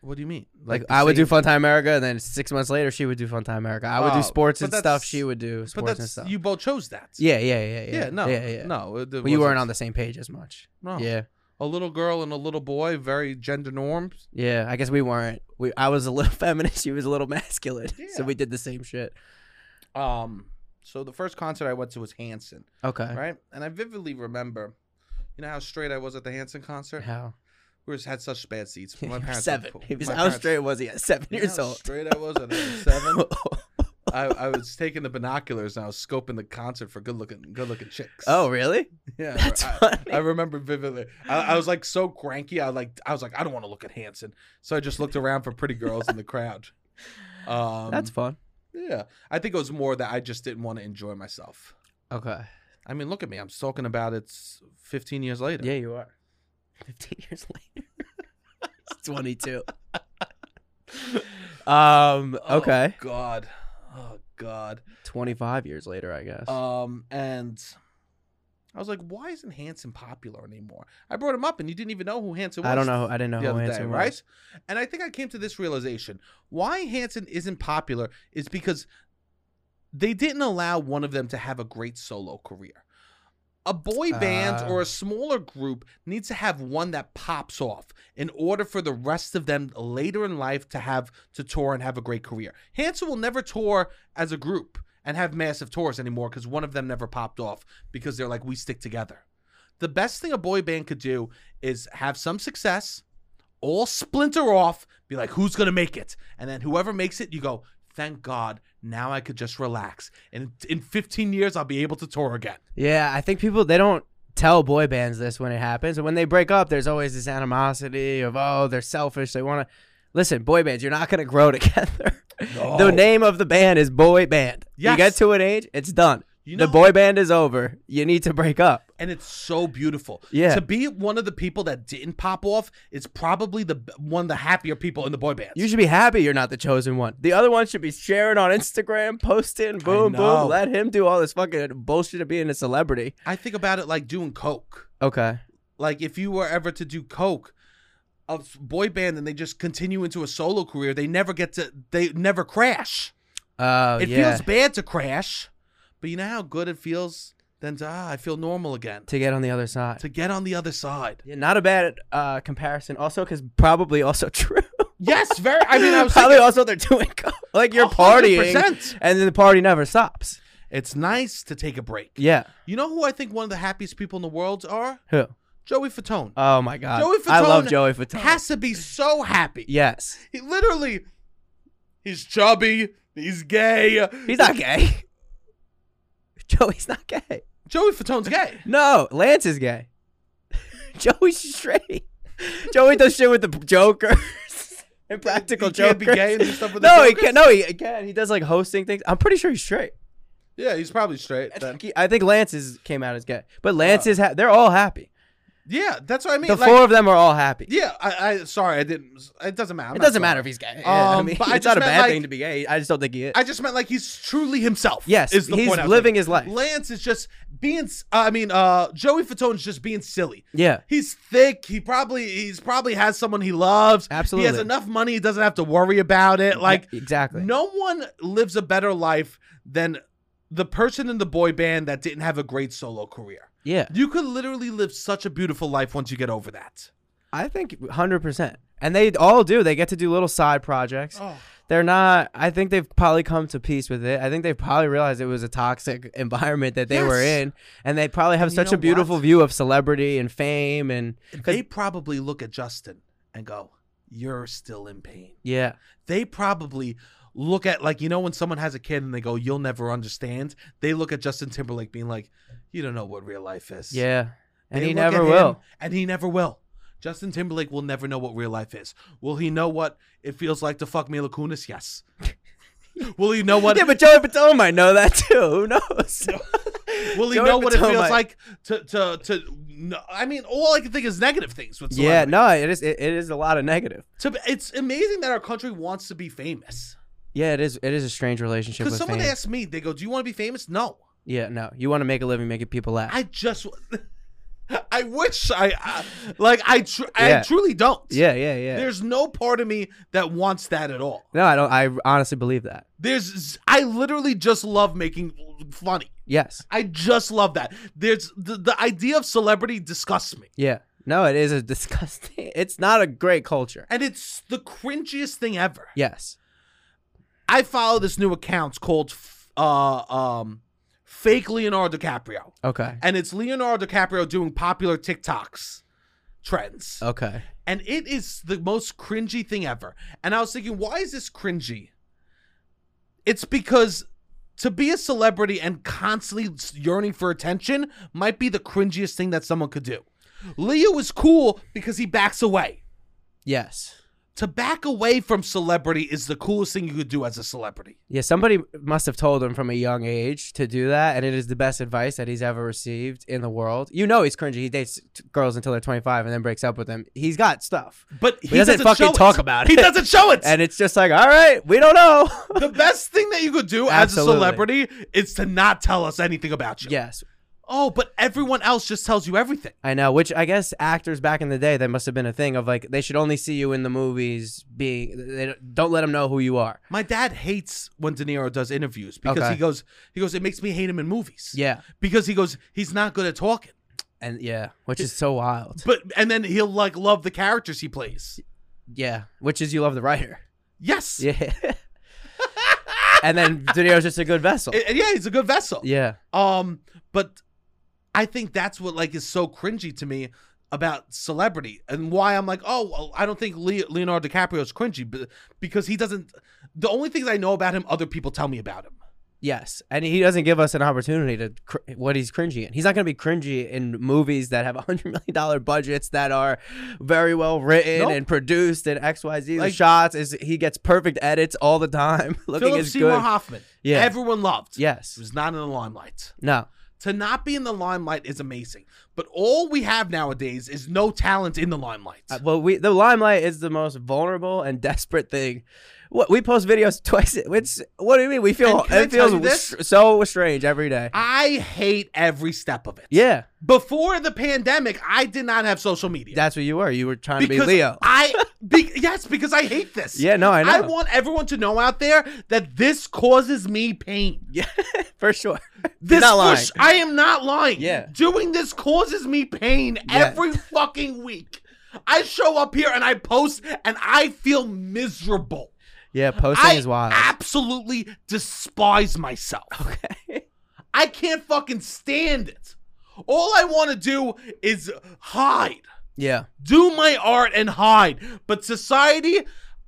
A: What do you mean?
B: Like,
A: the
B: I would do
A: same-
B: fun time America, and then six months later she would do fun time America. I would
A: Oh,
B: do sports
A: but
B: and stuff.
A: that's-
B: She would do
A: but
B: sports and
A: that's
B: stuff.
A: you both chose that.
B: yeah, yeah, yeah, yeah,
A: yeah, no, Oh.
B: yeah, yeah.
A: no.
B: Well, you weren't on the same page as much.
A: No.
B: Yeah,
A: a little girl and a little boy, very gender norms.
B: Yeah, I guess we weren't. We I was a little *laughs* feminist, she was a little masculine. *laughs* So
A: Yeah.
B: we did the same shit.
A: Um, so the first concert I went to was Hanson,
B: Okay.
A: right? And I vividly remember, you know how straight I was at the Hanson concert.
B: How? *laughs*
A: We just had such bad seats. My parents were
B: seven.
A: cool.
B: He was,
A: My
B: how
A: parents-
B: straight was he at seven
A: *laughs* You know
B: years
A: how
B: old? *laughs*
A: Straight I was at seven. I, I was taking the binoculars and I was scoping the concert for good looking, good looking chicks.
B: oh, really?
A: yeah,
B: That's
A: I,
B: funny.
A: I remember vividly. I, I was like so cranky. I like I was like I don't want to look at Hanson, so I just looked around for pretty girls in the
B: *laughs*
A: crowd. Um,
B: That's fun.
A: yeah. I think it was more that I just didn't want to enjoy myself.
B: Okay.
A: I mean, look at me. I'm talking about it 15 years later.
B: Yeah, you are. Fifteen years *laughs* later. it's twenty-two. *laughs* um.
A: Oh,
B: Okay.
A: God. Oh God.
B: Twenty-five years later, I guess.
A: Um, and I was like, why isn't Hanson popular anymore? I brought him up, and you didn't even know who Hanson was.
B: I don't know. I didn't know
A: The
B: who
A: other
B: Hanson
A: day,
B: was.
A: right? And I think I came to this realization: why Hanson isn't popular is because they didn't allow one of them to have a great solo career. A boy band
B: Ah.
A: or a smaller group needs to have one that pops off in order for the rest of them later in life to have to tour and have a great career. Hanson will never tour as a group and have massive tours anymore because one of them never popped off because they're like, we stick together. The best thing a boy band could do is have some success, all splinter off, be like, who's gonna make it? And then whoever makes it, you go, thank God, now I could just relax. And in 15 years, I'll be able to tour again.
B: Yeah, I think people they don't tell boy bands this when it happens, and when they break up, there's always this animosity of oh they're selfish. They want to listen, boy bands. You're not gonna grow *laughs* together.
A: No.
B: the name of the band is boy band.
A: Oh. Yes.
B: You get to an age, it's done.
A: You
B: the
A: know-
B: boy band is over. You need to break up.
A: And it's so beautiful.
B: Yeah.
A: To be one of the people that didn't pop off is probably the one of the happier people in the boy bands.
B: You should be happy you're not the chosen one. The other one should be sharing on Instagram, posting, boom,
A: know.
B: boom. Let him do all this fucking bullshit of being a celebrity.
A: I think about it like doing coke.
B: Okay.
A: Like if you were ever to do coke, a s- boy band, and they just continue into a solo career, they never get to, they never crash.
B: Oh
A: It
B: yeah.
A: feels bad to crash, but you know how good it feels then to, ah, I feel normal again.
B: to get on the other side.
A: To get on the other side.
B: Yeah, not a bad uh, comparison. Also, because probably also *laughs* true.
A: Yes, very. I mean, I was
B: probably
A: thinking,
B: also they're doing co- like you're
A: A hundred
B: partying,
A: percent.
B: and then the party never stops.
A: it's nice to take a break.
B: Yeah.
A: You know who I think one of the happiest people in the world are?
B: Who?
A: Joey Fatone.
B: Oh my god.
A: Joey Fatone
B: I love Joey Fatone.
A: Has to be so happy.
B: yes.
A: He literally, he's chubby. He's gay.
B: He's not gay. *laughs* Joey's not gay.
A: *laughs* Joey Fatone's gay.
B: No, Lance is gay. *laughs* Joey's straight. Joey does shit with the jokers. *laughs* and practical
A: He can't be
B: jokers.
A: gay and do stuff with the
B: no, he
A: Jokers?
B: can't. No, he can. He does like hosting things. I'm pretty sure he's straight.
A: Yeah, he's probably straight.
B: I *laughs*
A: Then.
B: think, he- I think Lance is came out as gay, but Lance is. Ha- they're all happy.
A: Yeah, that's what Oh. I mean.
B: The
A: like,
B: four of them are all happy.
A: yeah, I, I. Sorry, I didn't. It doesn't matter. I'm
B: It
A: not sorry.
B: doesn't matter if he's gay. *laughs* Yeah, I
A: Um,
B: mean,
A: but I
B: it's
A: just
B: not a
A: meant,
B: bad
A: like-
B: thing to be gay. I just don't think he is.
A: I just meant like he's truly himself.
B: Yes,
A: is the
B: he's
A: point I was
B: living
A: making.
B: his life.
A: Lance is just being. s- I mean, uh, Joey Fatone's just being silly.
B: yeah,
A: He's thick. He probably he's probably has someone he loves. He has
B: Absolutely.
A: enough money. He doesn't have to worry about it. Like
B: Yeah, exactly.
A: no one lives a better life than the person in the boy band that didn't have a great solo career.
B: yeah,
A: You could literally live such a beautiful life once you get over that.
B: I think hundred percent. And they all do. They get to do little side projects.
A: Oh.
B: They're not. I think they've probably come to peace with it. I think they've probably realized it was a toxic *laughs* environment that they were
A: Yes.
B: in, and they probably have
A: you
B: such
A: know
B: a beautiful
A: what?
B: view of celebrity and fame and. 'cause-
A: They probably look at Justin and go, "You're still in pain."
B: yeah,
A: They probably look at like you know when someone has a kid and they go, "You'll never understand." They look at Justin Timberlake being like, "You don't know what real life is."
B: yeah, and
A: They
B: he
A: look at
B: never
A: him,
B: will.
A: And he never will. Justin Timberlake will never know what real life is. Will he know what it feels like to fuck Mila Kunis? Yes.
B: *laughs*
A: will he know what?
B: yeah, but Joey Fatone might know that *laughs* too.
A: *laughs*
B: Who knows?
A: will he
B: Joey
A: know what it
B: Fatone
A: feels
B: might-
A: like to to to? No, I mean, all I can think is negative things. With
B: Yeah,
A: celebrities.
B: no, it is. It, it is a lot of negative.
A: To be- it's amazing that our country wants to be famous.
B: Yeah, it is. It is a strange relationship
A: Because
B: with
A: someone
B: fame.
A: asked me, they go, "Do you want to be famous?" No,
B: yeah, no, you want to make a living, making people laugh.
A: I just. *laughs* I wish I, I like I tr- I
B: Yeah.
A: truly don't.
B: yeah, yeah, yeah.
A: There's no part of me that wants that at all.
B: no, I don't. I honestly believe that.
A: There's I literally just love making funny.
B: Yes.
A: I just love that. There's the, the idea of celebrity disgusts me.
B: Yeah. No, it is a *laughs* disgusting. It's not a great culture.
A: And it's the cringiest thing ever.
B: Yes.
A: I follow this new account called f- uh um fake Leonardo DiCaprio.
B: Okay.
A: And it's Leonardo DiCaprio doing popular TikToks trends.
B: Okay.
A: And it is the most cringy thing ever. And I was thinking, why is this cringy? It's because to be a celebrity and constantly yearning for attention might be the cringiest thing that someone could do. Leo is cool because he backs away.
B: Yes.
A: To back away from celebrity is the coolest thing you could do as a celebrity.
B: Yeah, somebody must have told him from a young age to do that, and it is the best advice that he's ever received in the world. You know, he's cringy. He dates t- girls until they're 25 and then breaks up with them. He's got stuff,
A: But he,
B: doesn't fucking
A: show
B: talk about
A: He
B: it.
A: doesn't show it.
B: *laughs* and it's just like, all right, we don't know. *laughs*
A: the best thing that you could do as a
B: Absolutely.
A: celebrity is to not tell us anything about you.
B: yes,
A: Oh, but everyone else just tells you everything.
B: I know. Which I guess actors back in the day, that must have been a thing of like they should only see you in the movies. Being they don't, don't let them know who you are.
A: My dad hates when De Niro does interviews because
B: Okay.
A: he goes, he goes, it makes me hate him in movies.
B: Yeah,
A: Because he goes, he's not good at talking.
B: and yeah, which is so wild.
A: But and then he'll like love the characters he plays.
B: Yeah, which is you love the writer.
A: Yes.
B: Yeah, *laughs* and then De Niro's just a good vessel.
A: And- and yeah, he's a good vessel.
B: yeah,
A: Um, but I think that's what like is so cringy to me about celebrity and why I'm like, oh, well, I don't think Le- Leonardo DiCaprio is cringy, but because he doesn't. The only things I know about him, other people tell me about him.
B: yes, and he doesn't give us an opportunity to cr- what he's cringy in. He's not going to be cringy in movies that have *laughs* a hundred million dollar budgets that are very well written
A: Nope.
B: and produced and X Y Z. The
A: Like-
B: shots is he gets perfect edits all the time. *laughs* Looking
A: Philip
B: as
A: Seymour
B: good.
A: Hoffman,
B: Yeah.
A: everyone loved.
B: Yes.
A: he was not in the limelight.
B: No.
A: To not be in the limelight is amazing, but all we have nowadays is no talent in the limelight.
B: Uh, well, we the limelight is the most vulnerable and desperate thing. What we post videos *laughs* twice. It's what do you mean? We feel
A: And can I
B: it
A: tell
B: feels
A: you this?
B: s- so strange every day.
A: I hate every step of it.
B: yeah,
A: Before the pandemic, I did not have social media.
B: that's what you were. You were trying to be Leo.
A: I be, yes, because I hate this.
B: *laughs* Yeah, no, I know.
A: I want everyone to know out there that this causes me pain.
B: yeah, for sure.
A: This
B: not lying.
A: push- I am not lying.
B: Yeah.
A: Doing this causes me pain
B: Yeah.
A: every fucking week. I show up here and I post and I feel miserable.
B: Yeah, posting
A: I
B: is wild.
A: absolutely despise myself.
B: Okay. *laughs*
A: I can't fucking stand it. All I want to do is hide.
B: Yeah. *laughs*
A: do my art and hide. But society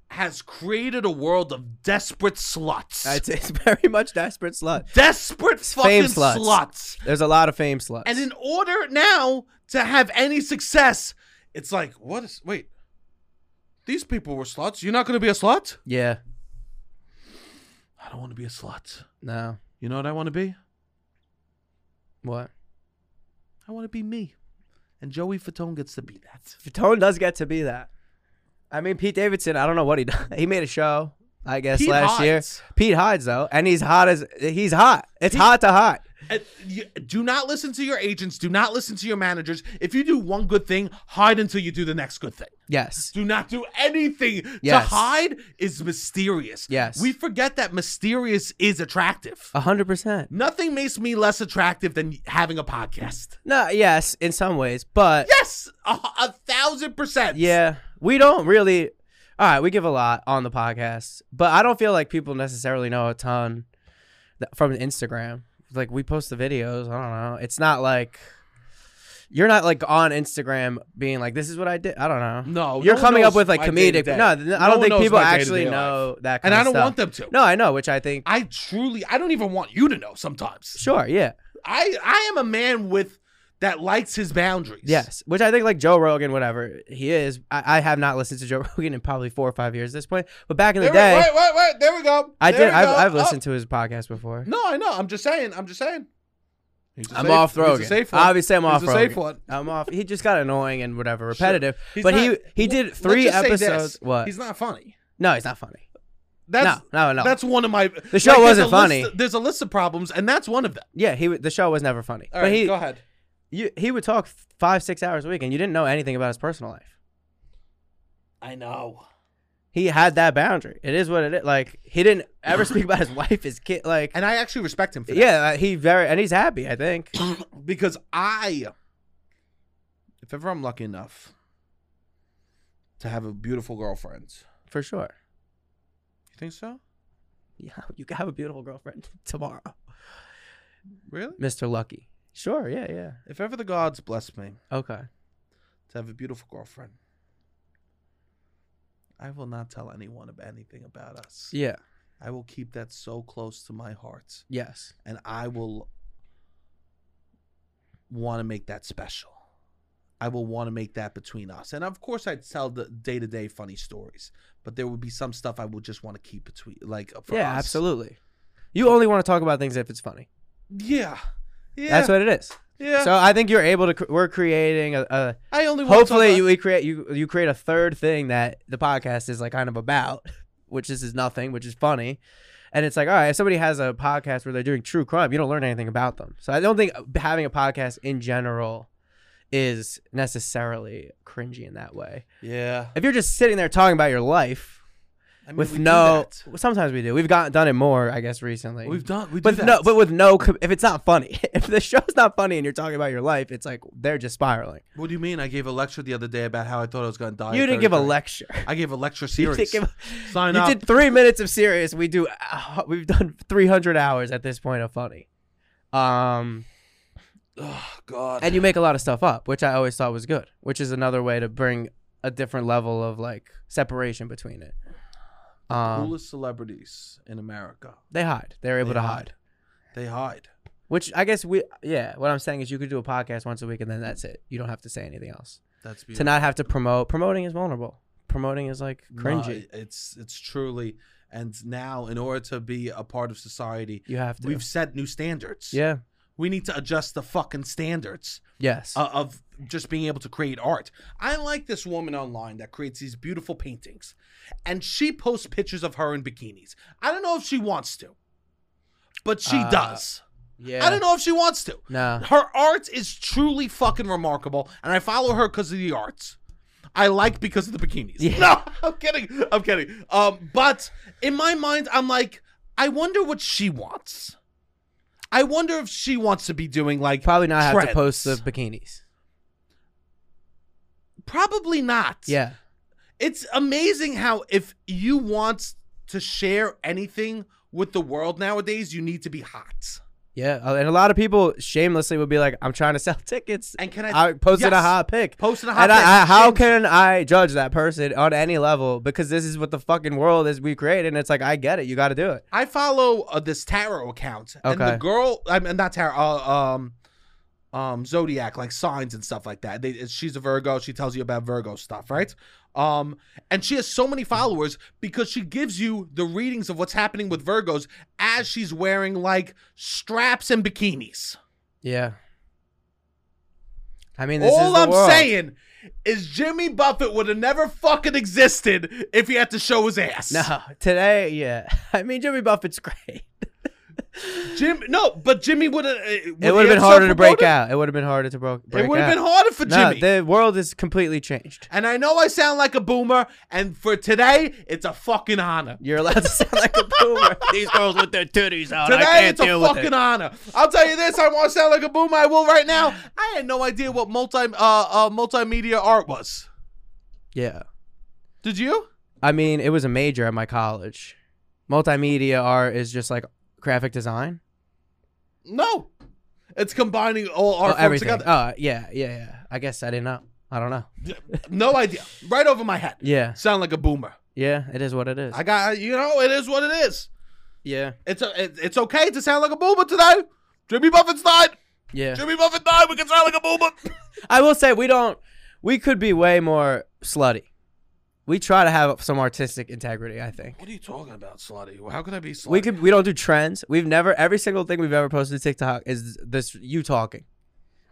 A: has created a world of desperate sluts.
B: I'd say it's very much desperate slut.
A: desperate fucking
B: fame
A: sluts.
B: sluts. There's a lot of fame sluts.
A: And in order now to have any success, it's like, what is wait. These people were sluts. You're not going to be a slut?
B: yeah,
A: I don't want to be a slut.
B: no,
A: You know what I want to be?
B: what?
A: I want to be me. And Joey Fatone gets to be that.
B: Tone does get to be that. I mean, Pete Davidson. I don't know what he *laughs* does. He made a show, I guess,
A: Pete
B: last year.
A: hides.
B: Pete hides though, and he's hot as he's hot. It's hot to hot.
A: Uh, you, do not listen to your agents. Do not listen to your managers. If you do one good thing, hide until you do the next good thing.
B: Yes.
A: Do not do anything.
B: Yes.
A: To hide is mysterious.
B: Yes.
A: We forget that mysterious is attractive.
B: A hundred percent.
A: Nothing makes me less attractive than having a podcast.
B: No, yes, in some ways, but
A: Yes, a, a thousand percent.
B: yeah, we don't really. All right, we give a lot on the podcast, but I don't feel like people necessarily know a ton that, from Instagram. Like we post the videos. I don't know. It's not like you're not like on Instagram being like, "This is what I did." I don't know.
A: No,
B: you're
A: no one
B: coming up
A: knows
B: with like
A: my day-to-day.
B: comedic. No, th- I
A: one
B: don't think
A: knows
B: people
A: my day-to-day
B: actually
A: life.
B: know that.
A: And
B: Kind of
A: I don't
B: stuff.
A: want them to.
B: No, I know, which I think.
A: I truly, I don't even want you to know. Sometimes
B: Sure, yeah.
A: I, I am a man with that likes his boundaries.
B: Yes, which I think like Joe Rogan, whatever he is. I, I have not listened to Joe *laughs* Rogan in probably four or five years at this point. But back in the
A: There we-
B: day,
A: wait, wait, wait. There we go.
B: I
A: There
B: did.
A: we
B: I've,
A: go.
B: I've
A: Oh.
B: listened to his podcast before.
A: No, I know. I'm just saying. I'm just saying. He's a
B: I'm
A: safe-
B: off
A: he's a
B: Rogan.
A: safe one.
B: Obviously, I'm
A: He's
B: off
A: a
B: Rogan.
A: safe one.
B: I'm off. He just got annoying and whatever, repetitive.
A: He's
B: But
A: not-
B: he he did
A: let's
B: three
A: just say this.
B: episodes. What?
A: He's not funny.
B: no, he's not funny.
A: That's
B: no, no, no.
A: that's one of my. The
B: show wasn't funny.
A: there's a list of problems, and that's one of them.
B: yeah, he w- the show was never funny.
A: All
B: but
A: right,
B: he
A: go ahead.
B: you, he would talk five six hours a week, and you didn't know anything about his personal life.
A: I know.
B: He had that boundary. It is what it is. Like he didn't ever speak about his *laughs* wife, his kid. Like uh,
A: And I actually respect him for that. *clears throat*
B: yeah, like, he very and he's happy. I think.
A: because I if ever I'm lucky enough to have a beautiful girlfriend,
B: for sure.
A: you think so?
C: Yeah, you can have a beautiful girlfriend tomorrow.
A: Really?
B: Mr. Lucky. Sure. Yeah. Yeah.
A: If ever the gods bless me
B: Okay.
A: to have a beautiful girlfriend, I will not tell anyone about anything about us.
B: Yeah.
A: I will keep that so close to my heart,
B: Yes.
A: and I will want to make that special. I will want to make that between us. And of course, I'd tell the day to day funny stories, but there would be some stuff I would just want to keep between, like for
B: yeah.
A: us.
B: Absolutely. You only want to talk about things if it's funny.
A: Yeah, yeah,
B: That's what it is.
A: yeah.
B: So I think you're able to. Cr- we're creating a. a
A: I only wanna talk
B: hopefully,
A: about-
B: you we create you you create a third thing that the podcast is like kind of about, *laughs* which this is nothing, which is funny, and it's like all right, if somebody has a podcast where they're doing true crime, you don't learn anything about them. So I don't think having a podcast in general is necessarily cringy in that way.
A: yeah.
B: If you're just sitting there talking about your life
A: I mean, we
B: with
A: do
B: no,
A: that.
B: sometimes we do. We've got done it more, I guess, recently.
A: We've done. We do
B: But no,
A: that.
B: but with no, com- if it's not funny, *laughs* if the show's not funny and you're talking about your life, it's like they're just spiraling.
A: what do you mean? I gave a lecture the other day about how I thought I was going to die.
B: you
A: at
B: didn't give a
A: 33.
B: lecture. *laughs*
A: I gave a lecture
B: You,
A: series.
B: didn't give a-
A: Sign
B: you
A: up.
B: did three minutes of serious. We do. Uh, we've done 300 hours at this point of funny, um,
A: Oh God.
B: and you make a lot of stuff up, which I always thought was good. Which is another way to bring a different level of like separation between it. Um,
A: coolest celebrities in America.
B: they hide. They're able
A: They
B: to
A: hide.
B: hide.
A: They hide.
B: Which I guess we, yeah. What I'm saying is, you could do a podcast once a week, and then that's it. You don't have to say anything else.
A: That's
B: To
A: beautiful.
B: not have to promote, promoting is vulnerable. Promoting is like
A: No,
B: cringy.
A: it- it's it's truly and now in order to be a part of society,
B: you have to.
A: we've set new standards.
B: yeah.
A: We need to adjust the fucking standards
B: Yes.
A: o- uh, of just being able to create art. I like this woman online that creates these beautiful paintings and she posts pictures of her in bikinis. I don't know if she wants to. But she
B: Uh,
A: does.
B: yeah.
A: I don't know if she wants to.
B: No.
A: Her art is truly fucking remarkable, and I follow her because of the arts. I like because of the bikinis.
B: Yeah.
A: No, *laughs* I'm kidding. I'm kidding. Um, but in my mind, I'm like, I wonder what she wants. I wonder if she wants to be doing like
B: Probably not have to
A: trends.
B: post the bikinis.
A: Probably not.
B: Yeah.
A: it's amazing how if you want to share anything with the world nowadays, you need to be hot.
B: Yeah. Uh, And a lot of people shamelessly would be like, "I'm trying to *laughs* sell tickets.
A: And can I,
B: I posted a
A: Yes.
B: hot pic."
A: post in a hot?
B: And I, I,
A: pic?
B: how
A: Shame.
B: can I judge that person on any level? Because this is what the fucking world is we created, and it's like I get it. You got to do it.
A: I follow uh, this tarot account, and the
B: Okay.
A: girl, I mean, not tarot, uh, um, um, zodiac, like signs and stuff like that. They, uh, she's a Virgo. She tells you about Virgo stuff, right? Um, and she has so many followers because she gives you the readings of what's happening with Virgos as she's wearing like straps and bikinis.
B: Yeah. I mean, this is
A: All
B: the
A: I'm
B: world.
A: saying is Jimmy Buffett would have never fucking existed if he had to show his ass.
B: No, today, yeah. *laughs* I mean, Jimmy Buffett's great.
A: Jim, no, but Jimmy uh, would have.
B: It would have been harder to break out. It would have been harder to bro- break
A: It would have
B: out.
A: been harder for
B: no,
A: Jimmy.
B: the world is completely changed.
A: And I know I sound like a boomer, and for today, it's a fucking honor.
B: You're allowed to sound like a
A: *laughs*
B: boomer.
C: These girls with their titties out.
A: Today, it's a fucking honor. I'll tell you this: I want to sound like a boomer. I will right
B: *sighs*
A: now. I had no idea what multi uh, uh multimedia art was.
B: yeah.
A: Did you?
B: I mean, it was a major at my college. Multimedia art is just like graphic design.
A: No. It's combining all
B: Oh,
A: art forms
B: everything.
A: together.
B: Oh, yeah, yeah, yeah. I guess I didn't know. I don't know.
A: No idea. Right over my head.
B: Yeah,
A: Sound like a boomer.
B: yeah. It is what it is.
A: I got you know it is what it is.
B: yeah,
A: It's a, it, it's okay to sound like a boomer today. Jimmy Buffett's died.
B: yeah.
A: Jimmy Buffett died. We can sound like a boomer.
B: I will say we don't. We could be way more slutty. We try to have some artistic integrity. I think.
A: What are you talking about, slutty? How could I be slutty?
B: We could. We don't do trends. We've never. Every single thing we've ever posted to TikTok is this you talking,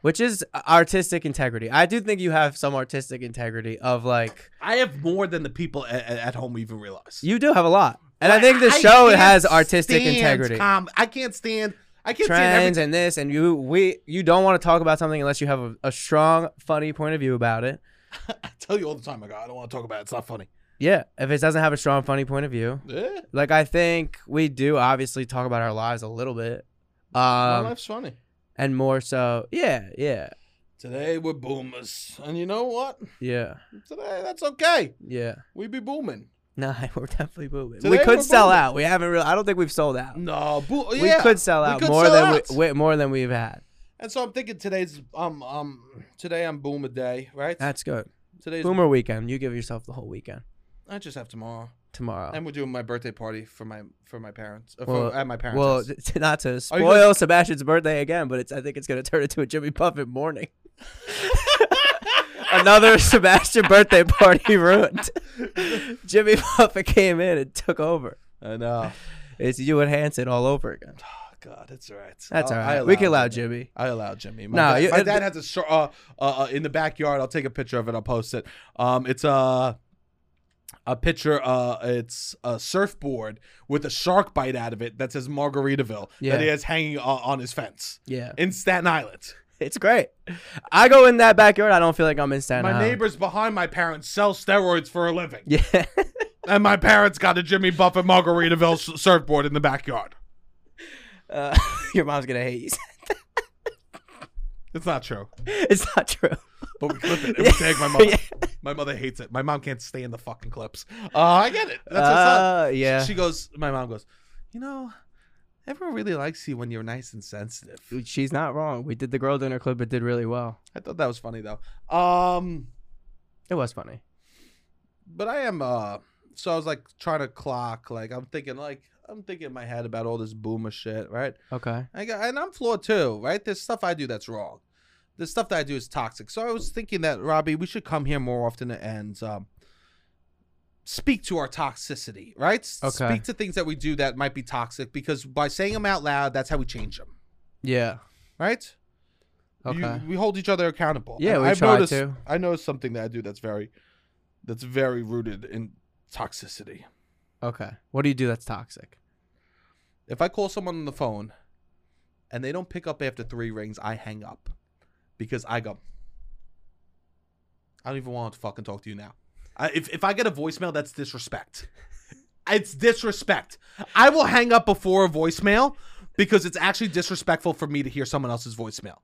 B: which is artistic integrity. I do think you have some artistic integrity of like
A: I have more than the people at, at home even realize.
B: you do have a lot, and I
A: Like,
B: think the show
A: can't
B: has artistic
A: stand
B: integrity.
A: com- I can't stand. I can't
B: Trends
A: stand.
B: and this and you, we, you don't want to talk about something unless you have a, a strong, funny point of view about it.
A: Every- I tell you all the time, I go. I don't want to talk about. it. It's not funny.
B: Yeah, if it doesn't have a strong, funny point of view,
A: Yeah,
B: like I think we do, obviously talk about our lives a little bit,
A: my
B: um,
A: life's funny.
B: and more so, yeah, yeah.
A: Today we're boomers, and you know what?
B: Yeah.
A: Today that's okay.
B: Yeah.
A: We be booming.
B: *laughs* Nah, we're definitely booming.
A: Today
B: we
A: we're
B: could sell
A: booming.
B: out. We haven't really. I don't think we've sold out.
A: No, bo-
B: We
A: yeah.
B: could sell
A: we
B: out
A: could
B: more
A: sell
B: than
A: out.
B: we way, more than we've had.
A: And so I'm thinking today's um um today I'm boomer day, right?
B: That's good.
A: today's
B: Boomer weekend. You give yourself the whole weekend
A: I just have tomorrow,
B: tomorrow.
A: and we're doing my birthday party for my for my parents uh,
B: Well-
A: for, at my parents.
B: well,
A: house.
B: t- *laughs* not to
A: Are you
B: spoil
A: guys-
B: Sebastian's birthday again, but it's I think it's gonna turn into a Jimmy Buffett
A: *laughs*
B: morning. Another Sebastian birthday
A: *laughs*
B: party ruined. Jimmy Buffett came in and took over.
A: I know.
B: It's you and Hanson all over again.
A: *sighs* Oh, God, it's all right.
B: That's
A: I-
B: all
A: Oh, I
B: right. We can allow
A: Jimmy.
B: Jimmy.
A: I allow Jimmy. My
B: No,
A: dad,
B: you-
A: my
B: uh,
A: dad
B: th-
A: has a short, uh, uh, uh, in the backyard. I'll take a picture of it. I'll post it. Um, it's a a picture. Uh, it's a surfboard with a shark bite out of it that says Margaritaville that he
B: Yeah.
A: has hanging uh, on his fence
B: Yeah,
A: in Staten Island.
B: it's great. I go in that backyard. I don't feel like I'm in Staten
A: my
B: Island.
A: neighbors behind my parents sell steroids for a living,
B: *laughs* Yeah,
A: and my parents got a Jimmy Buffett Margaritaville s- surfboard in the backyard.
B: uh, *laughs* your mom's gonna hate you. *laughs*
A: It's not true,
B: it's not true.
A: but we clip it. and we tag my
B: *laughs*
A: mother. My mother hates it. My mom can't stay in the fucking clips. Uh, I get it. That's her son.
B: uh, yeah.
A: She goes, my mom goes, you know, everyone really likes you when you're nice and sensitive.
B: She's not wrong. We did the girl dinner clip. It did really well.
A: I thought that was funny though. Um,
B: It was funny.
A: but I am uh so I was like trying to clock, like I'm thinking like I'm thinking in my head about all this boomer shit, right?
B: Okay.
A: I got, and I'm flawed too, right? There's stuff I do that's wrong. The stuff that I do is toxic. So I was thinking that Robbie, we should come here more often and um, speak to our toxicity, right? S-
B: Okay.
A: Speak to things that we do that might be toxic because by saying them out loud, that's how we change them.
B: Yeah.
A: right? You-
B: Okay.
A: we hold each other accountable.
B: Yeah,
A: And
B: we try
A: noticed,
B: to.
A: I noticed something that I do that's very, that's very rooted in toxicity.
B: Okay. What do you do that's toxic?
A: If I call someone on the phone, and they don't pick up after three rings, I hang up, because I go. I don't even want to fucking talk to you now. I, if if I get a voicemail, that's disrespect. It's disrespect. I will hang up before a voicemail because it's actually disrespectful for me to hear someone else's voicemail.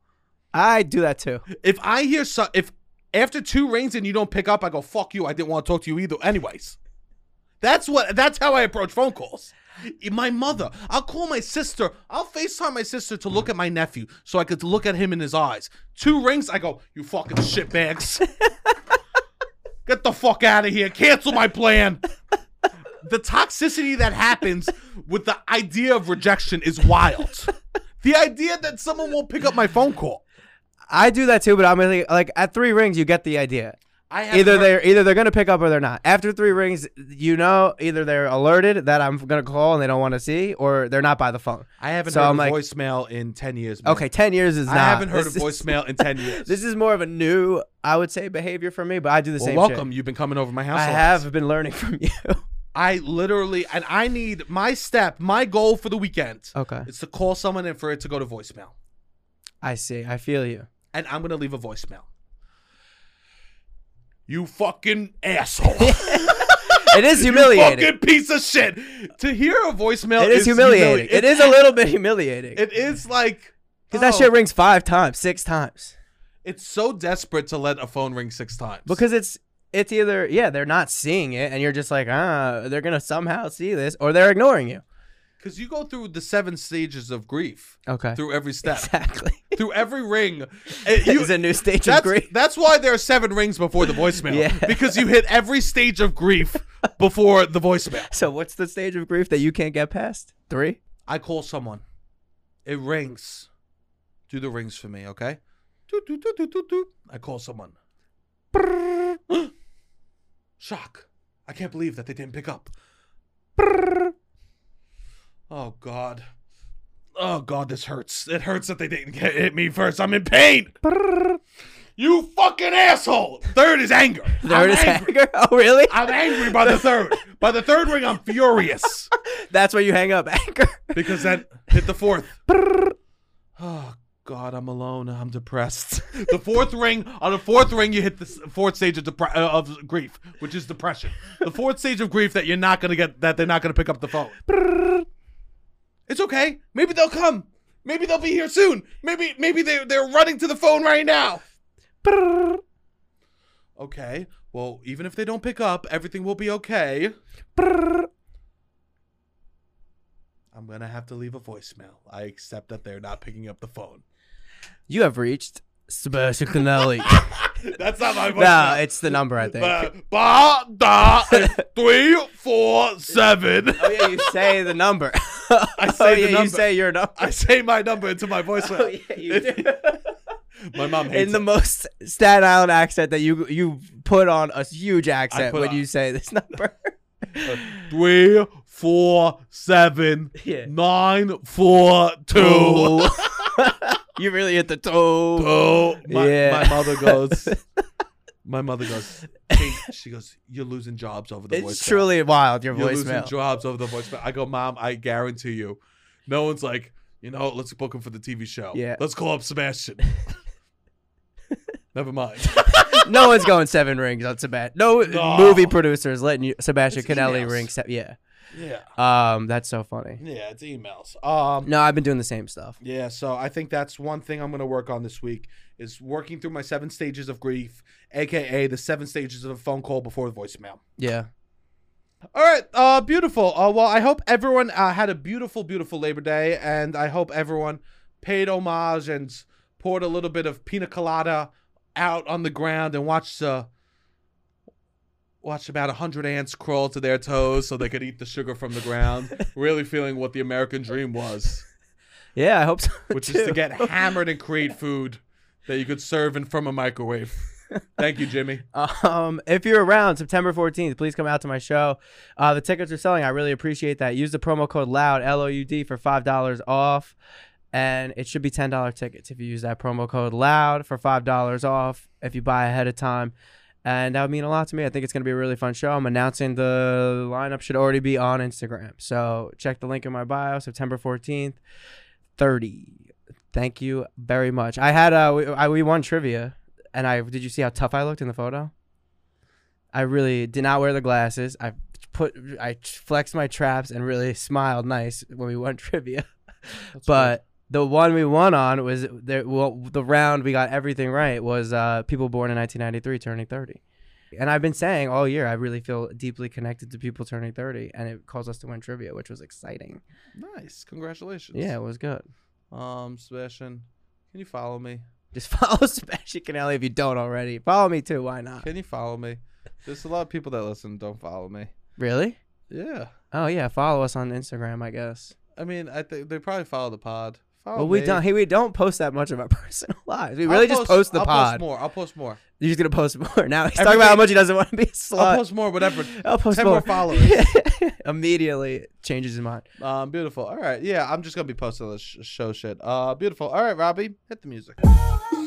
B: I do that too.
A: If I hear so, if after two rings and you don't pick up, I go fuck you. I didn't want to talk to you either. Anyways, that's what that's how I approach phone calls. My mother, I'll call my sister. I'll Facetime my sister to look at my nephew so I could look at him in his eyes. Two rings, I go you fucking shitbags. *laughs* Get the fuck out of here. Cancel my plan. The toxicity that happens with the idea of rejection is wild. The idea that someone won't pick up my phone call.
B: I do that too, but I'm like, like at three rings, you get the idea.
A: I have
B: Either
A: heard-
B: they're either they're gonna pick up or they're not. After three rings, you know either they're alerted that I'm gonna call and they don't want to see, or they're not by the phone.
A: I haven't
B: So
A: heard
B: I'm
A: a
B: like-
A: voicemail in ten years. man.
B: Okay, ten years is
A: I
B: not.
A: haven't heard
B: this
A: a voicemail in ten
B: Is,
A: years.
B: *laughs* this is more of a new, I would say, behavior for me, but I do the
A: well,
B: same.
A: welcome.
B: Shit.
A: You've been coming over my house.
B: I
A: a lot.
B: have been learning *laughs* from you.
A: I literally, and I need my step, my goal for the weekend.
B: okay,
A: It's to call someone and for it to go to voicemail,
B: I see. I
A: *laughs*
B: feel you.
A: and I'm gonna leave a voicemail. You fucking asshole.
B: It is
A: You
B: *laughs* humiliating.
A: fucking piece of shit. To hear a voicemail
B: It is humiliating.
A: humili-
B: It is a little bit humiliating
A: It is like
B: because that
A: oh,
B: shit rings five times, six times.
A: It's so desperate to let a phone ring six times
B: because it's it's either yeah they're not seeing it and you're just like ah they're gonna somehow see this or they're ignoring you
A: because you go through the seven stages of grief
B: okay
A: through every step.
B: *laughs* exactly
A: through every ring. It- you-
B: it's a new stage
A: *laughs*
B: of
A: that's,
B: grief
A: that's why there are seven rings before the voicemail.
B: Yeah.
A: Because you hit every stage of grief before the voicemail.
B: so what's the stage of grief that you can't get past three
A: I call someone. It rings. Do the rings for me, okay? Doot, doot, doot, doot, doot, doot. I call someone. *gasps* Brrr. Shock. I can't believe that they didn't pick up. *gasps* Brrr. Oh, God. Oh, God, this hurts. It hurts that they didn't get, hit me first. I'm in pain. You fucking asshole. Third is anger.
B: there
A: I'm
B: it is *laughs*
A: angry.
B: anger oh really
A: I'm angry by the third. By the third ring, I'm furious
B: that's where you hang up *laughs* anger
A: because that hit the fourth. oh God, I'm alone. I'm depressed. The fourth ring on the fourth ring, you hit the s- fourth stage of depre- uh, of grief, which is depression. The fourth stage of grief that you're not gonna get that they're not gonna pick up the phone. it's okay. Maybe they'll come. Maybe they'll be here soon. Maybe maybe they they're running to the phone right now.
B: Brrr.
A: Okay. Well, even if they don't pick up, everything will be okay.
B: Brrr.
A: I'm gonna have to leave a voicemail. I accept that they're not picking up the
B: *laughs*
A: phone.
B: You have reached Sebastian *laughs* Canelli.
A: That's not
B: *laughs*
A: my voicemail.
B: no, it's the number I think.
A: Uh, ba,
B: *laughs*
A: da, three, four, seven. *laughs*
B: oh yeah, you say the number.
A: I say
B: oh,
A: the
B: yeah,
A: number.
B: You say your number.
A: I say my number into my voicemail.
B: *laughs* Oh, yeah,
A: *laughs*
B: you do.
A: My mom hates
B: in the
A: it.
B: most Staten Island accent that you you put on a huge accent
A: put
B: when
A: on-
B: you say this *laughs* number.
A: Uh, three, four, seven,
B: Yeah. Oh.
A: nine, four, two.
B: Toe. *laughs* you really hit the toe.
A: Oh, my,
B: Yeah.
A: my mother
B: *laughs*
A: goes. my mother goes. "Hey," she goes. You're losing jobs over the voicemail.
B: It's truly wild. Your
A: You're losing
B: voicemail.
A: jobs over the voicemail. I go, mom. I guarantee you. No one's like, you know, let's book him for the TV show.
B: Yeah.
A: Let's call up
B: *laughs*
A: Sebastian. Never mind.
B: no one's going seven rings on Sebastian. No,
A: No.
B: movie producer is letting you Sebastian
A: It's
B: Canelli
A: emails.
B: ring. Se- yeah.
A: yeah.
B: Um, that's so funny.
A: Yeah. It's emails. Um.
B: No, I've been doing the same stuff.
A: Yeah, so I think that's one thing I'm going to work on this week is working through my seven stages of grief, aka the seven stages of a phone call before the voicemail.
B: Yeah.
A: All right, uh, beautiful. Uh, well, I hope everyone uh, had a beautiful, beautiful Labor Day, and I hope everyone paid homage and poured a little bit of pina colada out on the ground and watched uh, watched about a hundred ants crawl to their toes so they could eat the sugar from the ground. really feeling what the American dream was
B: Yeah, I hope so.
A: which is to
B: too.
A: get hammered and create food that you could serve in from a microwave. Thank you, Jimmy.
B: *laughs* Um, if you're around September 14th, please come out to my show. Uh, the tickets are selling. I really appreciate that. Use the promo code LOUD, L O U D, for $5 off. And it should be $10 tickets if you use that promo code LOUD for $5 off if you buy ahead of time. And that would mean a lot to me. I think it's going to be a really fun show. I'm announcing the lineup should already be on Instagram. So check the link in my bio, September 14th, 30. Thank you very much. I had uh, we, I, we won trivia, and I did you see how tough I looked in the photo? I really did not wear the glasses. I put I flexed my traps and really smiled nice when we won *laughs* trivia. but the one we won on was the, well, the round we got everything right was uh, people born in 1993 turning 30. And I've been saying all year I really feel deeply connected to people turning 30 and it caused us to win trivia, which was exciting.
A: nice, congratulations.
B: Yeah, it was good.
A: Um, Sebastian, can you follow me?
B: Just *laughs* follow Sebastian Canelli if you don't already. Follow me too, why
A: *laughs*
B: not?
A: Can you follow me? There's a lot of people that listen don't follow me.
B: Really?
A: Yeah,
B: Oh yeah, follow us on Instagram, I guess.
A: I mean, I think they probably follow the pod. Follow
B: Well, we
A: me.
B: don't. Hey, we don't post that much of our *laughs* personal lives. We
A: Oh, I'll
B: really just post the
A: I'll
B: pod.
A: Post more. I'll post more.
B: You're just gonna post *laughs* more now. He's talking about how
A: Everything-
B: much he doesn't want to be a
A: I'll
B: slut.
A: post more. Whatever. *laughs*
B: I'll post
A: Ten more followers.
B: *laughs* Immediately changes his mind.
A: Um, beautiful. All right. Yeah, I'm just gonna be posting this sh- show shit. Uh, beautiful. All right, Robbie, hit the music.
D: Thank you.